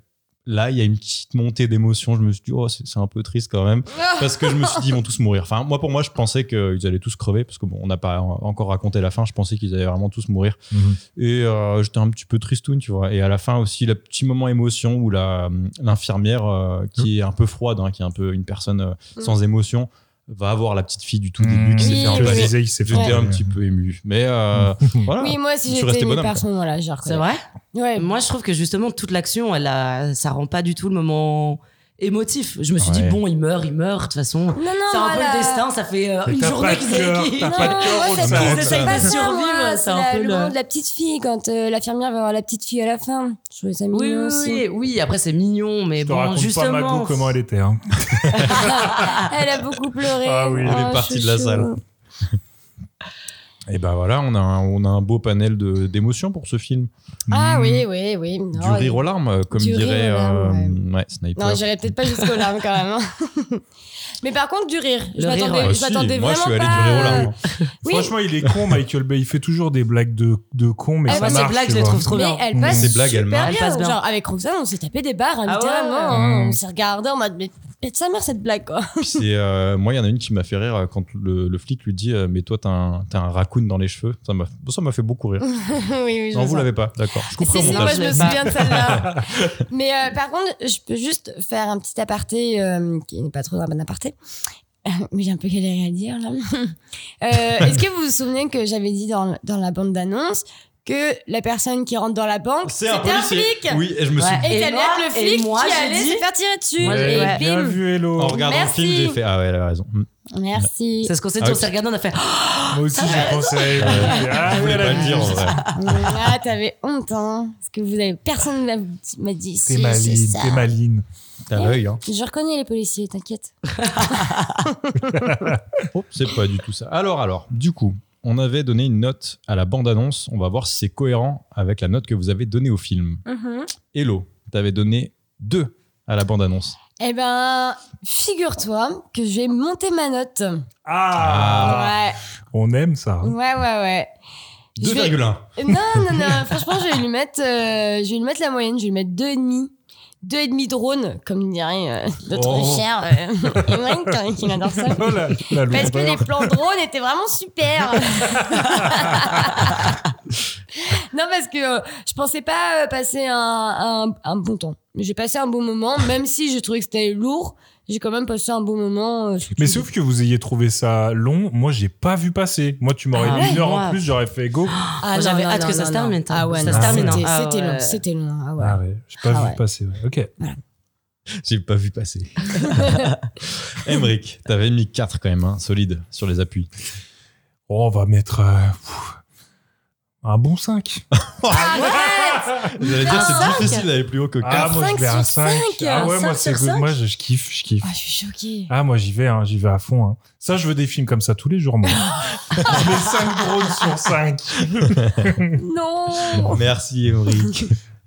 S6: là il y a une petite montée d'émotion je me suis dit oh c'est c'est un peu triste quand même
S7: Ah.
S6: parce que je me suis dit ils vont tous mourir enfin moi pour moi je pensais qu'ils allaient tous crever parce que bon on n'a pas en- encore raconté la fin je pensais qu'ils allaient vraiment tous mourir
S8: Mhm.
S6: et euh, j'étais un petit peu tristoun tu vois et à la fin aussi le petit moment émotion où la hum, l'infirmière euh, qui est un peu froide hein, qui est un peu une personne euh, sans émotion va avoir la petite fille du tout début qui
S8: Mm.
S6: Bah, s'est
S7: Hmm. Oui, oui,
S6: fait
S8: Je
S6: empaler
S8: disais, il s'est fait
S6: j'étais un
S8: enlever.
S6: petit peu ému mais euh, voilà
S7: Oui, moi aussi
S6: Je suis
S7: j'étais
S6: resté
S7: émue
S6: bonhomme,
S7: par
S6: quoi.
S7: son voilà, je le
S9: C'est
S7: reconnais.
S9: vrai Mm.
S7: Ouais,
S9: Moi, je trouve que justement, toute l'action, elle a, ça rend pas du tout le moment émotif. Je me suis dit,
S6: Ouais.
S9: bon, il meurt, il meurt, de toute façon. c'est un
S7: voilà.
S9: peu le destin, ça fait euh,
S7: Mais
S9: une
S7: t'as
S9: journée
S7: pas
S9: qu'ils
S7: de cœur,
S9: qu'ils-
S7: t'as pas de cœur,
S9: qu'ils
S7: on s'en rend [laughs] compte.
S9: essayent de
S7: Moi,
S9: survivre.
S7: c'est
S9: C'est un
S7: la-
S9: peu
S7: le moment
S9: le.
S7: de la petite fille quand euh, l'infirmière va voir la petite fille à la fin. Je trouvais ça mignon
S9: [laughs] Oui, oui,
S7: aussi.
S9: oui, oui, après c'est mignon, mais
S8: Je te
S9: bon,
S8: raconte pas
S9: justement.
S8: Magou comment elle était. hein.
S7: Elle a beaucoup pleuré. Oh,
S8: Ah oui,
S6: Elle est partie de la salle. Et ben voilà, on a un, on a un beau panel de- d'émotions pour ce film. Mm.
S7: Ah oui, oui, oui.
S6: Du rire aux larmes, comme
S7: du rire
S6: dirait
S7: aux larmes,
S6: euh, ouais, Sniper.
S7: Non, j'irai peut-être pas jusqu'aux larmes quand même. hein. [laughs] Mais par contre, du rire. Je
S9: Le rire,
S7: m'attendais
S9: ouais.
S7: je
S6: Ah, Si,
S7: m'attendais
S6: moi, je
S7: vraiment
S6: suis allé
S7: pas.
S6: du rire
S7: [laughs]
S6: aux larmes.
S7: Oui.
S8: Franchement, il est con, Michael Bay. Il fait toujours des blagues de, de con, mais
S7: Ah,
S8: ça
S7: moi, ces
S8: marche.
S9: blagues,
S8: tu
S9: je les
S8: vois.
S9: trouve trop
S7: Mais
S9: bien.
S7: elle
S8: Mmh.
S7: passe
S6: Ces blagues, elles
S7: super
S6: marchent.
S7: bien.
S9: Elles passent bien.
S7: Genre, avec Roxane, on s'est tapé des barres, hein,
S9: Ah ouais.
S7: littéralement.
S6: Mm.
S7: hein. On s'est regardé en mode, mais pète sa mère cette blague, quoi.
S6: Puis c'est, euh, moi, il y en a une qui m'a fait rire euh, quand le, le flic lui dit euh, Mais toi, t'as un, t'as un raccoon dans les cheveux. Ça m'a ça m'a fait beaucoup rire.
S7: oui, oui, je
S6: non,
S7: le
S6: vous
S7: sens.
S6: l'avez pas, d'accord. Je couperai
S7: Si,
S6: au
S7: si, moi
S6: montage.
S7: je me
S9: Bah.
S7: souviens de
S6: [laughs]
S7: celle-là. Mais euh, par contre, je peux juste faire un petit aparté euh, qui n'est pas trop un bon aparté. [laughs] Euh, Mais j'ai un peu galéré à dire là. [laughs] Euh, Est-ce que vous vous souvenez que j'avais dit dans, dans la bande d'annonce que la personne qui rentre dans la banque, c'était un, flic
S6: Oui, et je me suis.
S9: Ouais.
S7: Et,
S9: Et
S7: ça allait
S9: moi-
S7: être le
S9: et
S7: flic
S9: moi,
S7: qui
S9: j'ai
S7: allait
S9: dit-
S7: se faire tirer dessus.
S9: Moi, j'ai-
S7: et
S9: ouais.
S8: Bien
S7: bim,
S8: vu, Hello.
S6: En regardant
S7: Merci.
S6: le film, j'ai fait Ah ouais, elle a raison. Mm.
S7: merci.
S9: C'est ce qu'on s'est dit,
S6: Ah
S9: on
S6: oui.
S9: s'est regardé, on a fait. [gasps]
S8: Moi aussi, j'ai pensé. Ah,
S6: Je
S8: oui,
S6: voulais
S8: elle
S6: pas
S8: a
S6: le
S8: dit.
S6: dire hein. en vrai.
S7: ah, t'avais honte, hein. Parce que vous avez. Personne m'a- m'a dit.
S8: T'es
S7: Si, c'est
S8: maline,
S7: ça.
S8: t'es maline.
S6: T'as l'œil, hein.
S7: Je reconnais les policiers, t'inquiète.
S6: Oh, c'est pas du tout ça. Alors, alors, du coup, on avait donné une note à la bande-annonce. On va voir si c'est cohérent avec la note que vous avez donnée au film.
S9: Mm-hmm.
S6: Hello, t'avais donné 2 à la bande-annonce.
S7: Eh ben, figure-toi que je vais monter ma note.
S8: Ah, On aime ça. hein.
S7: Ouais, ouais, ouais, ouais. Je vais- Euh,
S6: 2,1.
S7: Non, non, non. [laughs] Franchement, je vais lui mettre, euh, je vais lui mettre la moyenne. Je vais lui mettre deux et demi. Deux et demi drones, comme dirait euh, notre
S6: Oh.
S7: cher euh, [laughs] Emmerich, quand il adore
S8: [laughs]
S7: ça.
S8: Oh, la, la
S7: Parce que les
S8: lourdeur.
S7: plans drones étaient vraiment
S6: [laughs]
S7: super. non, parce que euh, je pensais pas euh, passer un, un, un bon temps. Mais J'ai passé un bon moment, même si je trouvais que c'était lourd. J'ai quand même passé un bon moment. euh, surtout-
S8: Mais sauf que vous ayez trouvé ça long, moi j'ai pas vu passer. Moi tu m'aurais
S9: Ah
S8: mis une
S9: ouais,
S8: heure en
S9: moi.
S8: plus, j'aurais fait go.
S7: Ah, non,
S9: J'avais
S7: non,
S9: hâte
S7: non,
S9: que ça
S7: non,
S9: se
S7: non.
S9: termine, ça.
S7: Ah ouais,
S9: Ça
S7: non,
S9: se termine,
S7: C'était
S9: hein. Ah
S7: c'était
S9: ouais.
S7: long, c'était long. Ah ouais.
S8: Ah ouais, j'ai pas
S7: Ah
S8: vu
S7: ouais.
S8: passer. ouais. Ok.
S6: J'ai pas vu passer. Emmerich, t'avais mis 4 quand même, hein, solide, sur les appuis.
S8: Oh, on va mettre euh, pff, un bon 5.
S6: Ah J'allais dire, c'est difficile d'aller plus haut que 4.
S8: Ah, moi
S7: cinq
S8: je vais
S7: sur
S8: à 5.
S7: cinq,
S8: Ah
S7: un
S8: ouais, moi,
S7: cinq sur
S8: c'est-
S7: cinq.
S8: moi je, je kiffe, je kiffe.
S7: Ah, je suis choquée.
S8: Ah, moi j'y vais, hein, j'y vais à fond. hein. Ça, je veux des films comme ça tous les
S7: [laughs]
S8: jours, moi. je mets 5 drones sur 5.
S7: Non
S6: Merci, Emmerich.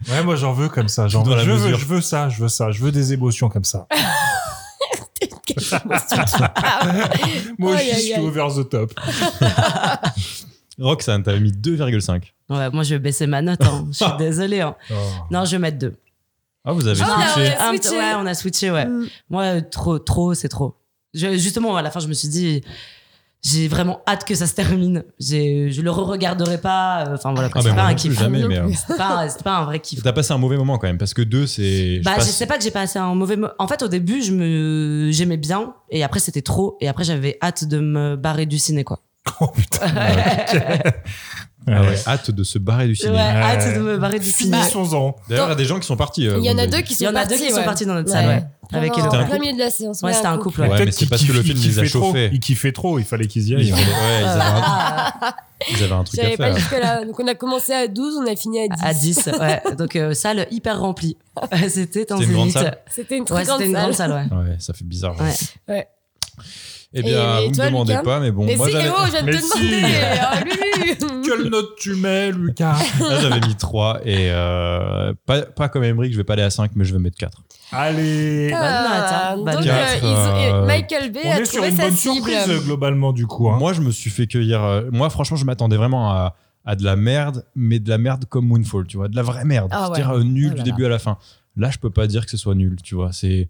S8: Ouais, moi j'en veux comme ça. J'en
S6: Dans
S8: veux,
S6: la
S8: je, veux,
S6: mesure.
S8: je veux ça, je veux ça. Je veux des émotions comme ça. Moi
S7: Aïe,
S8: je
S7: aïe,
S8: suis
S7: aïe.
S8: over the top.
S9: [laughs]
S6: Roxane, t'avais mis 2,5.
S9: Ouais, moi je vais baisser ma note, hein. je suis désolée. hein. Non, je vais mettre deux.
S6: Ah, vous avez
S7: Ah,
S6: switché.
S7: là, ouais. On a
S9: Un
S7: switché.
S9: petit- ouais, on a switché, ouais.
S7: Mm.
S9: Moi, euh, trop, trop, c'est trop. Je- justement, à la fin, je me suis dit, j'ai vraiment hâte que ça se termine. J'ai- Je le re-regarderai pas. euh, Enfin, voilà,
S6: Ah,
S9: c'est
S6: ben,
S9: pas
S6: moi
S9: un
S6: non plus, [laughs]
S9: kiff.
S6: jamais, mais. euh,
S9: C'est pas, c'est pas un vrai kiff.
S6: T'as passé un mauvais moment quand même, parce que 2, c'est. [laughs] je
S9: Bah,
S6: passe-
S9: je sais pas que j'ai passé un mauvais. mo- En fait, au début, je me j'aimais bien, et après c'était trop, et après j'avais hâte de me barrer du ciné, quoi.
S8: Oh
S9: [laughs]
S8: putain.
S6: Ah ouais, hâte de se barrer du
S9: Ouais,
S6: cinéma.
S9: hâte de me barrer du ciné.
S8: Finissons-en.
S6: D'ailleurs, il y a des gens qui sont partis. euh,
S7: Il y en
S6: vous
S7: a
S6: avez
S7: deux
S6: dit.
S7: qui
S9: Il y
S7: sont
S9: en a deux
S7: partis.
S9: qui sont
S7: ouais.
S9: partis dans notre salle, ouais.
S7: Vraiment,
S9: Avec
S6: C'était un
S7: en
S9: Elodie.
S7: plein milieu de la séance.
S9: Ouais, c'était un couple. ouais.
S6: Ouais,
S8: Peut-être
S6: mais c'est
S8: qu'il
S6: parce que le
S8: kiffe-
S6: film
S8: il
S6: les a
S8: kiffait trop.
S6: chauffés.
S8: Il kiffait trop, il fallait qu'ils y
S6: Ils
S8: aillent.
S6: avaient- ouais, ils, avaient
S7: [laughs]
S6: un... ils avaient un truc à
S7: J'avais
S6: faire.
S7: pas jusque-là. Donc on a commencé à 12, on a fini à 10.
S9: À 10, ouais. Donc, euh, salle hyper remplie. [laughs] c'était un
S6: C'était une grande
S9: zénith.
S6: salle
S7: C'était une très
S9: Ouais,
S7: grande
S9: c'était une grande salle, ouais.
S6: Ouais, ça fait bizarre.
S9: Ouais.
S7: Ouais.
S6: Eh bien,
S7: Et- et
S6: vous
S7: toi,
S6: me demandez
S7: Lucas
S6: pas, mais bon,
S7: Mais
S6: moi
S7: si,
S6: j'avais.
S7: Hello,
S6: [laughs]
S7: je viens de
S8: Mais
S7: te
S8: si.
S7: demander. Ah, Lulu.
S8: Quelle note tu mets,
S9: [laughs]
S8: Lucas
S6: Là, j'avais mis 3 et euh, pas, pas comme Emmerich, je vais pas aller à 5, mais je vais mettre 4.
S8: Allez
S7: Ah,
S9: Bonne note, hein.
S7: donc,
S9: Bonne
S7: euh,
S6: note.
S7: ils ont-
S6: Euh,
S7: et Michael Bay
S8: On
S7: a
S8: est sur
S7: trouvé
S8: une
S7: sa
S8: bonne
S7: cible.
S8: surprise, euh, globalement, du coup. hein.
S6: Moi, je me suis fait cueillir. euh, moi, franchement, je m'attendais vraiment à, à de la merde, mais de la merde comme Moonfall, tu vois, de la vraie merde.
S7: Ah ouais.
S6: C'est-à-dire euh,
S7: Oh
S6: nul
S7: là
S6: du
S7: là.
S6: début à la fin. Là, je peux pas dire que ce soit nul, tu vois. C'est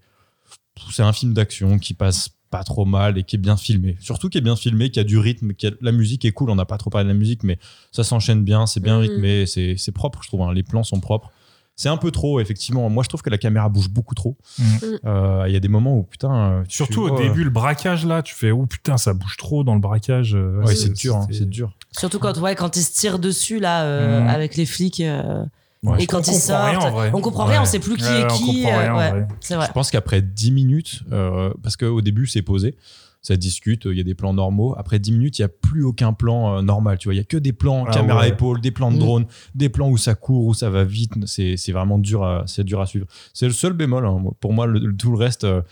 S6: c'est un film d'action qui passe pas trop mal et qui est bien filmé. Surtout qui est bien filmé, qui a du rythme, qui a- la musique est cool. On n'a pas trop parlé de la musique, mais ça s'enchaîne bien, c'est bien
S7: Mhm.
S6: rythmé, c'est c'est propre, je trouve. hein. Les plans sont propres. C'est un peu trop, effectivement. Moi, je trouve que la caméra bouge beaucoup trop.
S8: Mhm.
S7: Mm.
S6: Euh, Il y a des moments où, putain. euh, tu
S8: Surtout au
S6: vois,
S8: début, le braquage, là, tu fais « Oh putain, ça bouge trop dans le braquage. euh,
S6: euh, Ouais, c'est dur, hein,
S8: c'était-
S6: c'est dur. Mhm.
S9: Surtout quand, ouais, quand ils se tirent dessus, là, euh,
S8: Mm.
S9: avec les flics. euh,
S6: Ouais,
S9: et
S6: je-
S9: quand
S6: on
S9: ils
S6: comprend
S9: sortent,
S6: rien, en vrai.
S9: on comprend
S6: Ouais.
S9: rien, on sait plus qui
S6: Ouais,
S9: est
S6: on
S9: qui. euh,
S6: comprend rien, en
S9: ouais, [laughs]
S6: vrai.
S9: c'est vrai.
S6: Je pense qu'après 10 minutes, euh, parce qu'au début, c'est posé, ça discute, il y a des plans normaux. Après 10 minutes, il n'y a plus aucun plan euh, normal. Tu vois, il n'y a que des plans
S8: Ah
S6: caméra
S8: ouais.
S6: épaule, des plans de
S8: Mm.
S6: drone, des plans où ça court, où ça va vite. C'est c'est vraiment dur à, c'est dur à suivre. C'est le seul bémol. hein. Pour moi, le- le- tout le reste. euh,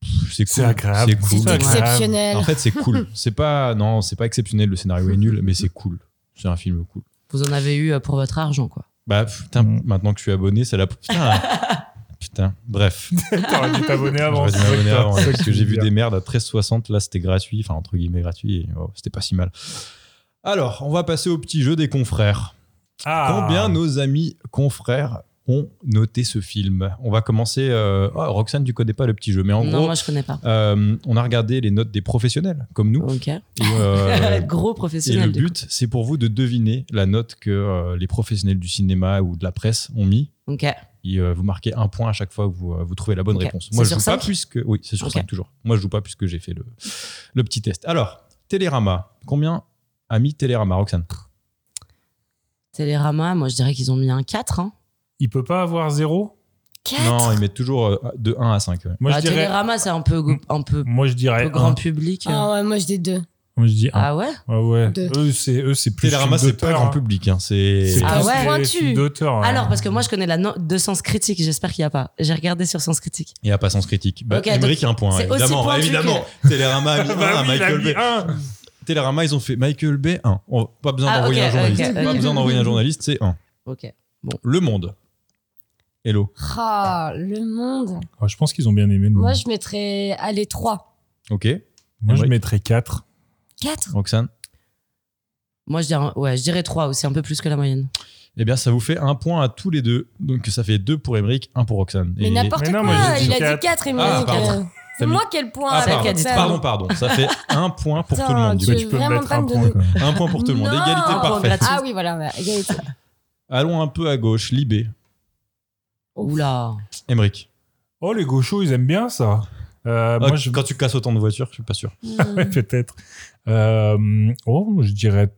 S6: pff, C'est cool,
S8: agréable.
S6: cool.
S8: C'est agréable.
S7: exceptionnel.
S6: En fait, c'est cool. C'est pas non, c'est pas exceptionnel. Le scénario est nul, mais c'est cool. C'est un film cool.
S9: Vous en avez eu euh, pour votre argent, quoi.
S6: Bah putain,
S8: Mm.
S6: maintenant que je suis abonné, c'est la putain. putain, bref.
S8: T'aurais dû t'abonner avant.
S6: J'aurais dû
S8: c'est vrai que
S6: m'abonner
S8: t'as-
S6: avant,
S8: Ah c'est vrai
S6: parce
S8: que
S6: que
S8: tu
S6: j'ai
S8: veux
S6: vu
S8: dire.
S6: des merdes à 13,60. Là, c'était gratuit, enfin entre guillemets gratuit. Et, oh, c'était pas si mal. Alors, on va passer au petit jeu des confrères.
S8: Ah.
S6: Combien nos amis confrères ont noté ce film On va commencer. euh, oh, Roxane, tu connais pas le petit jeu, mais en
S9: non,
S6: gros,
S9: moi je connais pas.
S6: euh, on a regardé les notes des professionnels comme nous.
S9: [laughs] Ok.
S6: Et, euh,
S9: Gros professionnel,
S6: Et le
S9: du
S6: but, c'est pour vous de deviner la note que euh, les professionnels du cinéma ou de la presse ont mis.
S9: Ok.
S6: Et euh, vous marquez un point à chaque fois que vous, euh, vous trouvez la bonne
S9: Ok.
S6: réponse.
S9: C'est
S6: Moi, je
S9: sur
S6: joue pas
S9: cinq
S6: puisque. Oui, c'est sur
S9: Ok.
S6: 5 toujours. Moi, je joue pas puisque j'ai fait le, le petit test. Alors, Télérama. Combien a mis Télérama, Roxane
S9: Télérama, moi je dirais qu'ils ont mis un 4. Hein.
S8: Il peut pas avoir zéro
S6: Non, ils mettent toujours euh, de 1 à 5. ouais.
S8: Moi,
S9: Bah,
S8: je dirais,
S9: Télérama, c'est un peu,
S6: Mm.
S9: go- un peu,
S8: moi, je
S9: un
S8: dirais
S9: peu grand
S8: un.
S9: public. euh.
S7: Ah ouais, moi je dis deux.
S8: Moi, je dis un.
S9: Ah ouais
S8: Ouais, ouais.
S7: Deux.
S8: Eux, c'est eux, c'est plus.
S6: Télérama,
S8: film
S6: c'est pas
S8: d'auteur,
S6: grand
S8: hein.
S6: public. hein, C'est.
S8: C'est
S9: Ah
S8: plus
S9: ouais.
S8: des
S7: Pointu.
S8: films d'auteur. hein. [laughs]
S9: Alors, parce que moi je connais la note de Sens Critique, j'espère qu'il n'y a pas. J'ai regardé sur Sens Critique.
S6: Et à pas sens critique. Bah,
S9: Ok,
S6: Emmerich, un point.
S9: c'est aussi
S6: Évidemment,
S9: pointu
S6: évidemment. Télérama a mis
S8: [laughs] Bah
S6: 1,
S8: oui, il a
S6: Michael
S8: mis
S6: Bay.
S8: un.
S6: Télérama, ils ont fait Michael Bay 1. On- pas besoin
S9: Ah,
S6: d'envoyer
S9: ok,
S6: un journaliste.
S9: ok,
S6: Pas
S9: ok.
S6: besoin d'envoyer un journaliste, c'est 1.
S9: Ok.
S6: Le Monde. Hello.
S7: Ah, le monde.
S8: Ouais, Ah, je pense qu'ils ont bien aimé le
S7: Moi
S8: moment.
S7: je mettrais, allez, trois.
S6: Ok.
S8: Moi, je
S6: Emmerich.
S8: mettrais 4.
S7: Quatre.
S6: Roxane.
S9: Moi je dirais, un- ouais, je dirais 3 aussi, un peu plus que la moyenne.
S6: Eh bien, ça vous fait un point à tous les deux. Donc, ça fait deux pour Emmerich, un pour Roxane.
S7: Mais
S6: Et-
S7: n'importe
S8: Mais
S7: quoi,
S8: non, moi, j'ai dit
S7: il a
S8: quatre.
S7: dit quatre et
S6: Ah,
S7: moi j'ai dit
S6: pardon.
S7: quatre. C'est
S6: T'as mis-
S7: moi qui ai le point
S6: Ah,
S7: avec
S9: pardon.
S7: Roxane.
S6: Pardon, pardon. Ça
S7: [laughs]
S6: fait un point pour tout le
S7: Putain,
S6: monde. du
S7: tu
S6: coup.
S7: veux vraiment pas me donner-
S8: quand même.
S6: Un point pour tout le monde.
S7: Non. Ah.
S6: Égalité
S7: Un point
S6: parfaite.
S7: Ah oui, voilà, voilà, égalité.
S6: Allons un peu à gauche. Libé.
S9: Oula.
S6: Emmerich.
S8: Oh, les gauchos, ils aiment bien ça. Euh,
S6: Ah,
S8: moi, je
S6: Quand tu casses autant de voitures, je suis pas sûr.
S8: Ouais, peut-être. Euh, oh, je dirais.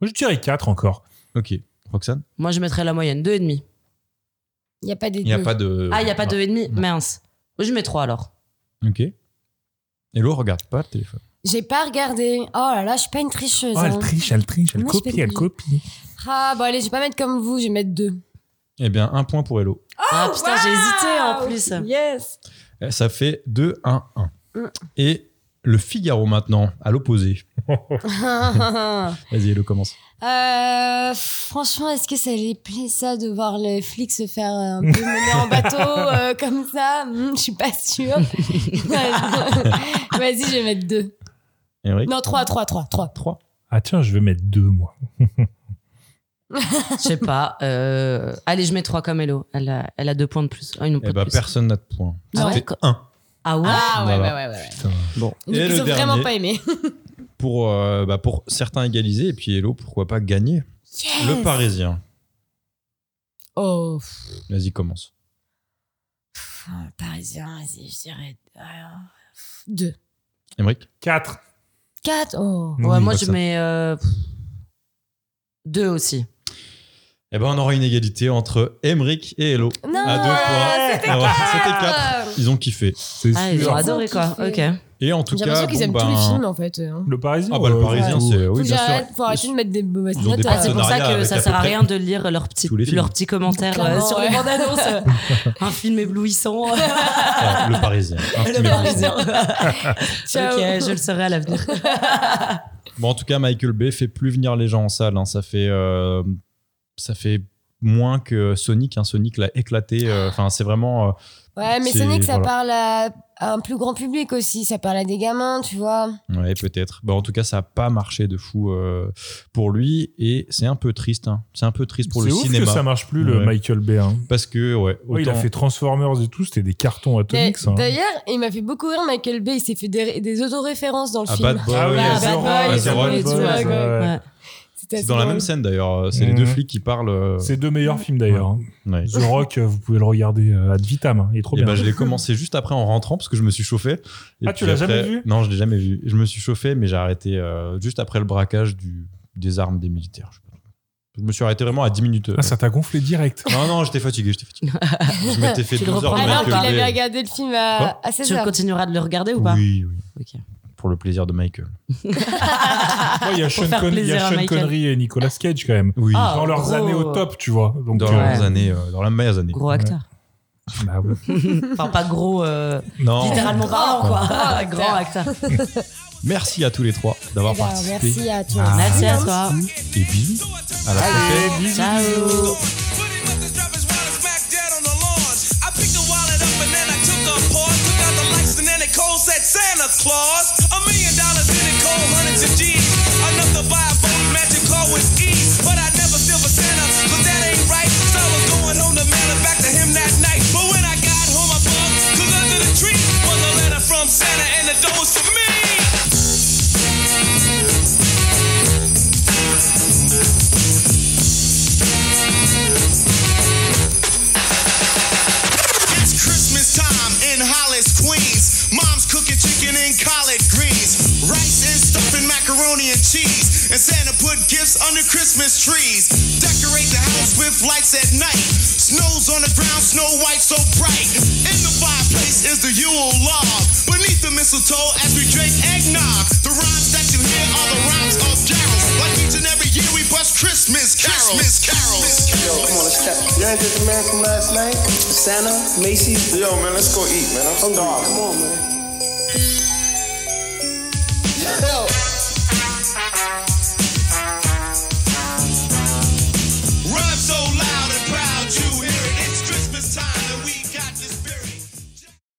S8: moi, Je dirais 4 encore.
S6: Ok. Roxane.
S9: Moi je mettrais la moyenne, 2,5.
S7: Il n'y a pas des
S6: Il n'y a
S7: deux.
S6: pas de.
S9: Ah, il n'y a pas
S6: Ouais.
S9: 2,5 Mince. Moi, Je mets 3 alors.
S6: Ah, Ok. Hello, regarde pas le téléphone.
S7: J'ai pas regardé. Oh là là, je suis pas une tricheuse.
S8: Oh, elle
S7: hein.
S8: triche, elle triche, elle
S7: Moi, je
S8: copie,
S7: fais-
S8: elle copie.
S7: Ah bon allez, je vais pas mettre comme vous, je vais mettre deux.
S6: Eh bien, un point pour Hello.
S9: ah putain, j'ai hésité en
S7: Wow.
S9: plus.
S7: Oh, [laughs] Yes.
S6: Eh, Ça fait 2-1-1.
S7: Mm.
S6: Et le Figaro maintenant, à l'opposé.
S7: Euh,
S6: Vas-y, Hello, commence.
S7: franchement, est-ce que ça les plaît ça de voir les flics se faire un
S6: [laughs]
S7: peu mener en bateau euh, comme ça Hmm, Je suis pas
S6: [laughs]
S7: sûre. Vas-y, je vais mettre deux.
S6: Emmerich.
S7: Non, trois, trois, trois, trois.
S6: 3.
S8: Ah tiens, je vais mettre 2, moi.
S9: Je sais pas. euh, Allez, je mets 3 comme Hello. Elle a, elle a 2 points de plus. Ah, une
S6: Eh
S9: points
S6: bah,
S9: de plus.
S6: personne n'a de points.
S9: Ah ouais
S6: C'était 1.
S9: Ah ouais
S7: Ah ouais,
S6: Voilà.
S7: ouais, ouais, ouais.
S8: Putain.
S6: Bon.
S7: Donc,
S6: Et
S7: ils
S6: le
S7: ont vraiment
S6: dernier,
S7: pas aimé.
S6: pour, euh, bah, pour certains égaliser, et puis Hello, pourquoi pas gagner. Le Parisien.
S7: Oh, pff,
S6: Vas-y, commence.
S7: un parisien, vas-y, je dirais. euh, pff, Deux.
S6: Emmerich
S8: 4.
S7: Quatre. Oh.
S9: Ouais,
S6: Oui,
S9: moi
S6: bah,
S9: je
S6: ça.
S9: mets 2 aussi.
S6: Eh ben, on aura une égalité entre Emmerich et Hello.
S7: Non,
S6: à deux points.
S7: c'était
S6: Ah ouais, C'était
S7: quatre.
S6: 4. Ils ont kiffé.
S8: C'est
S9: Ah, ils
S8: sûr.
S9: ont
S7: ont
S9: adoré quoi. Ok.
S7: kiffé.
S6: Et en tout
S7: J'ai
S6: cas.
S7: l'impression qu'ils
S6: bon,
S7: aiment
S6: ben,
S7: tous les films en fait. hein.
S8: Le Parisien
S6: Ah, bah, le
S8: euh,
S6: Parisien,
S8: ou-
S6: c'est.
S7: Faut
S6: Oui,
S7: que
S6: bien sûr.
S7: j'arrête, faut arrêter de mettre des mauvaises
S6: Ils ont
S7: notes. hein.
S6: des
S7: à-
S9: Ah, c'est pour ça
S6: Partenariat
S9: que
S6: avec
S9: ça
S6: à
S9: sert
S6: peu
S9: à
S6: près
S9: rien de lire leurs petits,
S6: tous les films.
S9: leurs petits commentaires euh,
S7: Clairement,
S9: sur les
S7: ouais.
S9: bandes annonces.
S7: [laughs]
S9: Un film éblouissant.
S6: Ah,
S7: [laughs]
S6: le Parisien. Un
S9: Le
S6: film éblouissant.
S9: Parisien. ok, je le saurai à l'avenir.
S6: Bon, en tout cas, Michael Bay fait plus venir les gens en salle. hein. Ça fait, euh, ça fait moins que Sonic. hein. Sonic l'a éclaté. euh, Enfin, c'est vraiment. euh,
S7: Ouais, mais
S6: C'est-
S7: Sonic, ça
S6: voilà.
S7: parle à, à un plus grand public aussi. Ça parle à des gamins, tu vois.
S6: euh, ouais, peut-être. Bon, en tout cas, ça a pas marché de fou euh, pour lui et c'est un peu triste. hein. C'est un peu triste pour le
S8: c'est ouf
S6: cinéma
S8: que ça marche plus le
S6: Ouais.
S8: Michael Bay. hein.
S6: parce que ouais,
S8: Ouais, il a
S6: autant-
S8: fait Transformers et tout, c'était des cartons
S7: Mais
S8: atomiques. ça, hein.
S7: D'ailleurs, il m'a fait beaucoup rire, Michael Bay. Il s'est fait des, des autoréférences dans le
S6: Ah,
S7: film.
S6: Bad Boy.
S8: Ah oui,
S9: Ah,
S8: à
S9: Bad
S8: Zorro,
S9: Boy,
S8: à
S9: ils ont
S8: Zorro,
S9: mis
S8: les
S9: les
S8: Boys,
S9: trucs,
S8: ouais.
S9: Ouais.
S7: C'était
S6: C'est
S7: assez
S6: dans la
S7: drôle.
S6: même scène d'ailleurs. C'est les deux
S8: Mhm.
S6: flics qui parlent. euh,
S8: C'est deux meilleurs films d'ailleurs. hein.
S6: ouais.
S8: The Rock, euh, vous pouvez le regarder euh, ad vitam, hein, il est trop
S6: Et
S8: bien.
S6: ben,
S8: [laughs]
S6: je l'ai commencé juste après en rentrant parce que je me suis chauffé. Et
S8: Ah, tu
S6: puis
S8: l'as
S6: après-
S8: jamais vu
S6: Non, je l'ai jamais vu. Je me suis chauffé, mais j'ai arrêté euh, juste après le braquage du, des armes des militaires. Je sais pas. Je me suis arrêté vraiment à 10 minutes. euh.
S8: Ah, ça t'a gonflé direct.
S6: Non, non, j'étais fatigué, j'étais fatigué. Je m'étais fait
S7: Tu le
S6: 12 heures de
S7: reprends Alors qu'il
S6: Michael
S7: avait
S6: Bay
S7: regardé le film à,
S6: Quoi
S7: à 16
S9: Tu
S7: heures.
S9: continueras de le regarder ou pas
S6: Oui, oui.
S9: Ok.
S6: pour le plaisir de Michael.
S8: Ouais, Il y a Sean,
S9: Ah, faire
S8: Con- il y a
S9: plaisir à
S8: Sean
S9: Michael.
S8: Connery et Nicolas Cage quand même.
S6: Oui.
S9: Ah,
S8: dans leurs
S9: gros.
S8: années au top, tu vois. Donc,
S6: Dans
S8: euh,
S6: les années, euh, dans la meilleure année.
S9: [laughs] Gros acteur.
S8: bah ouais.
S9: Enfin, pas gros, euh,
S6: Non.
S9: littéralement parlant, quoi.
S7: Ah,
S9: Grand acteur.
S6: Merci à tous les trois d'avoir
S7: Alors,
S6: participé.
S7: merci à toi.
S8: Ah.
S9: Merci à toi.
S6: Et bisous. À la prochaine.
S9: Ciao.
S12: Santa and the door was for me. It's Christmas time in Hollis, Queens. Mom's cooking chicken and collard greens, rice and stuffing macaroni and cheese. And Santa put gifts under Christmas trees. Decorate the house with lights at night. Snow's on the ground, snow white so bright. In the fireplace is the Yule log. Beneath the mistletoe as we drink eggnog. The rhymes that you hear are the rhymes of carols. Like each and every year we bust Christmas carols. Christmas carols.
S13: Come on, let's tap. You ain't just the man from last night? Santa, Macy's. Yo, man, let's go eat, man. I'm starving. Come on, man.
S12: Yo,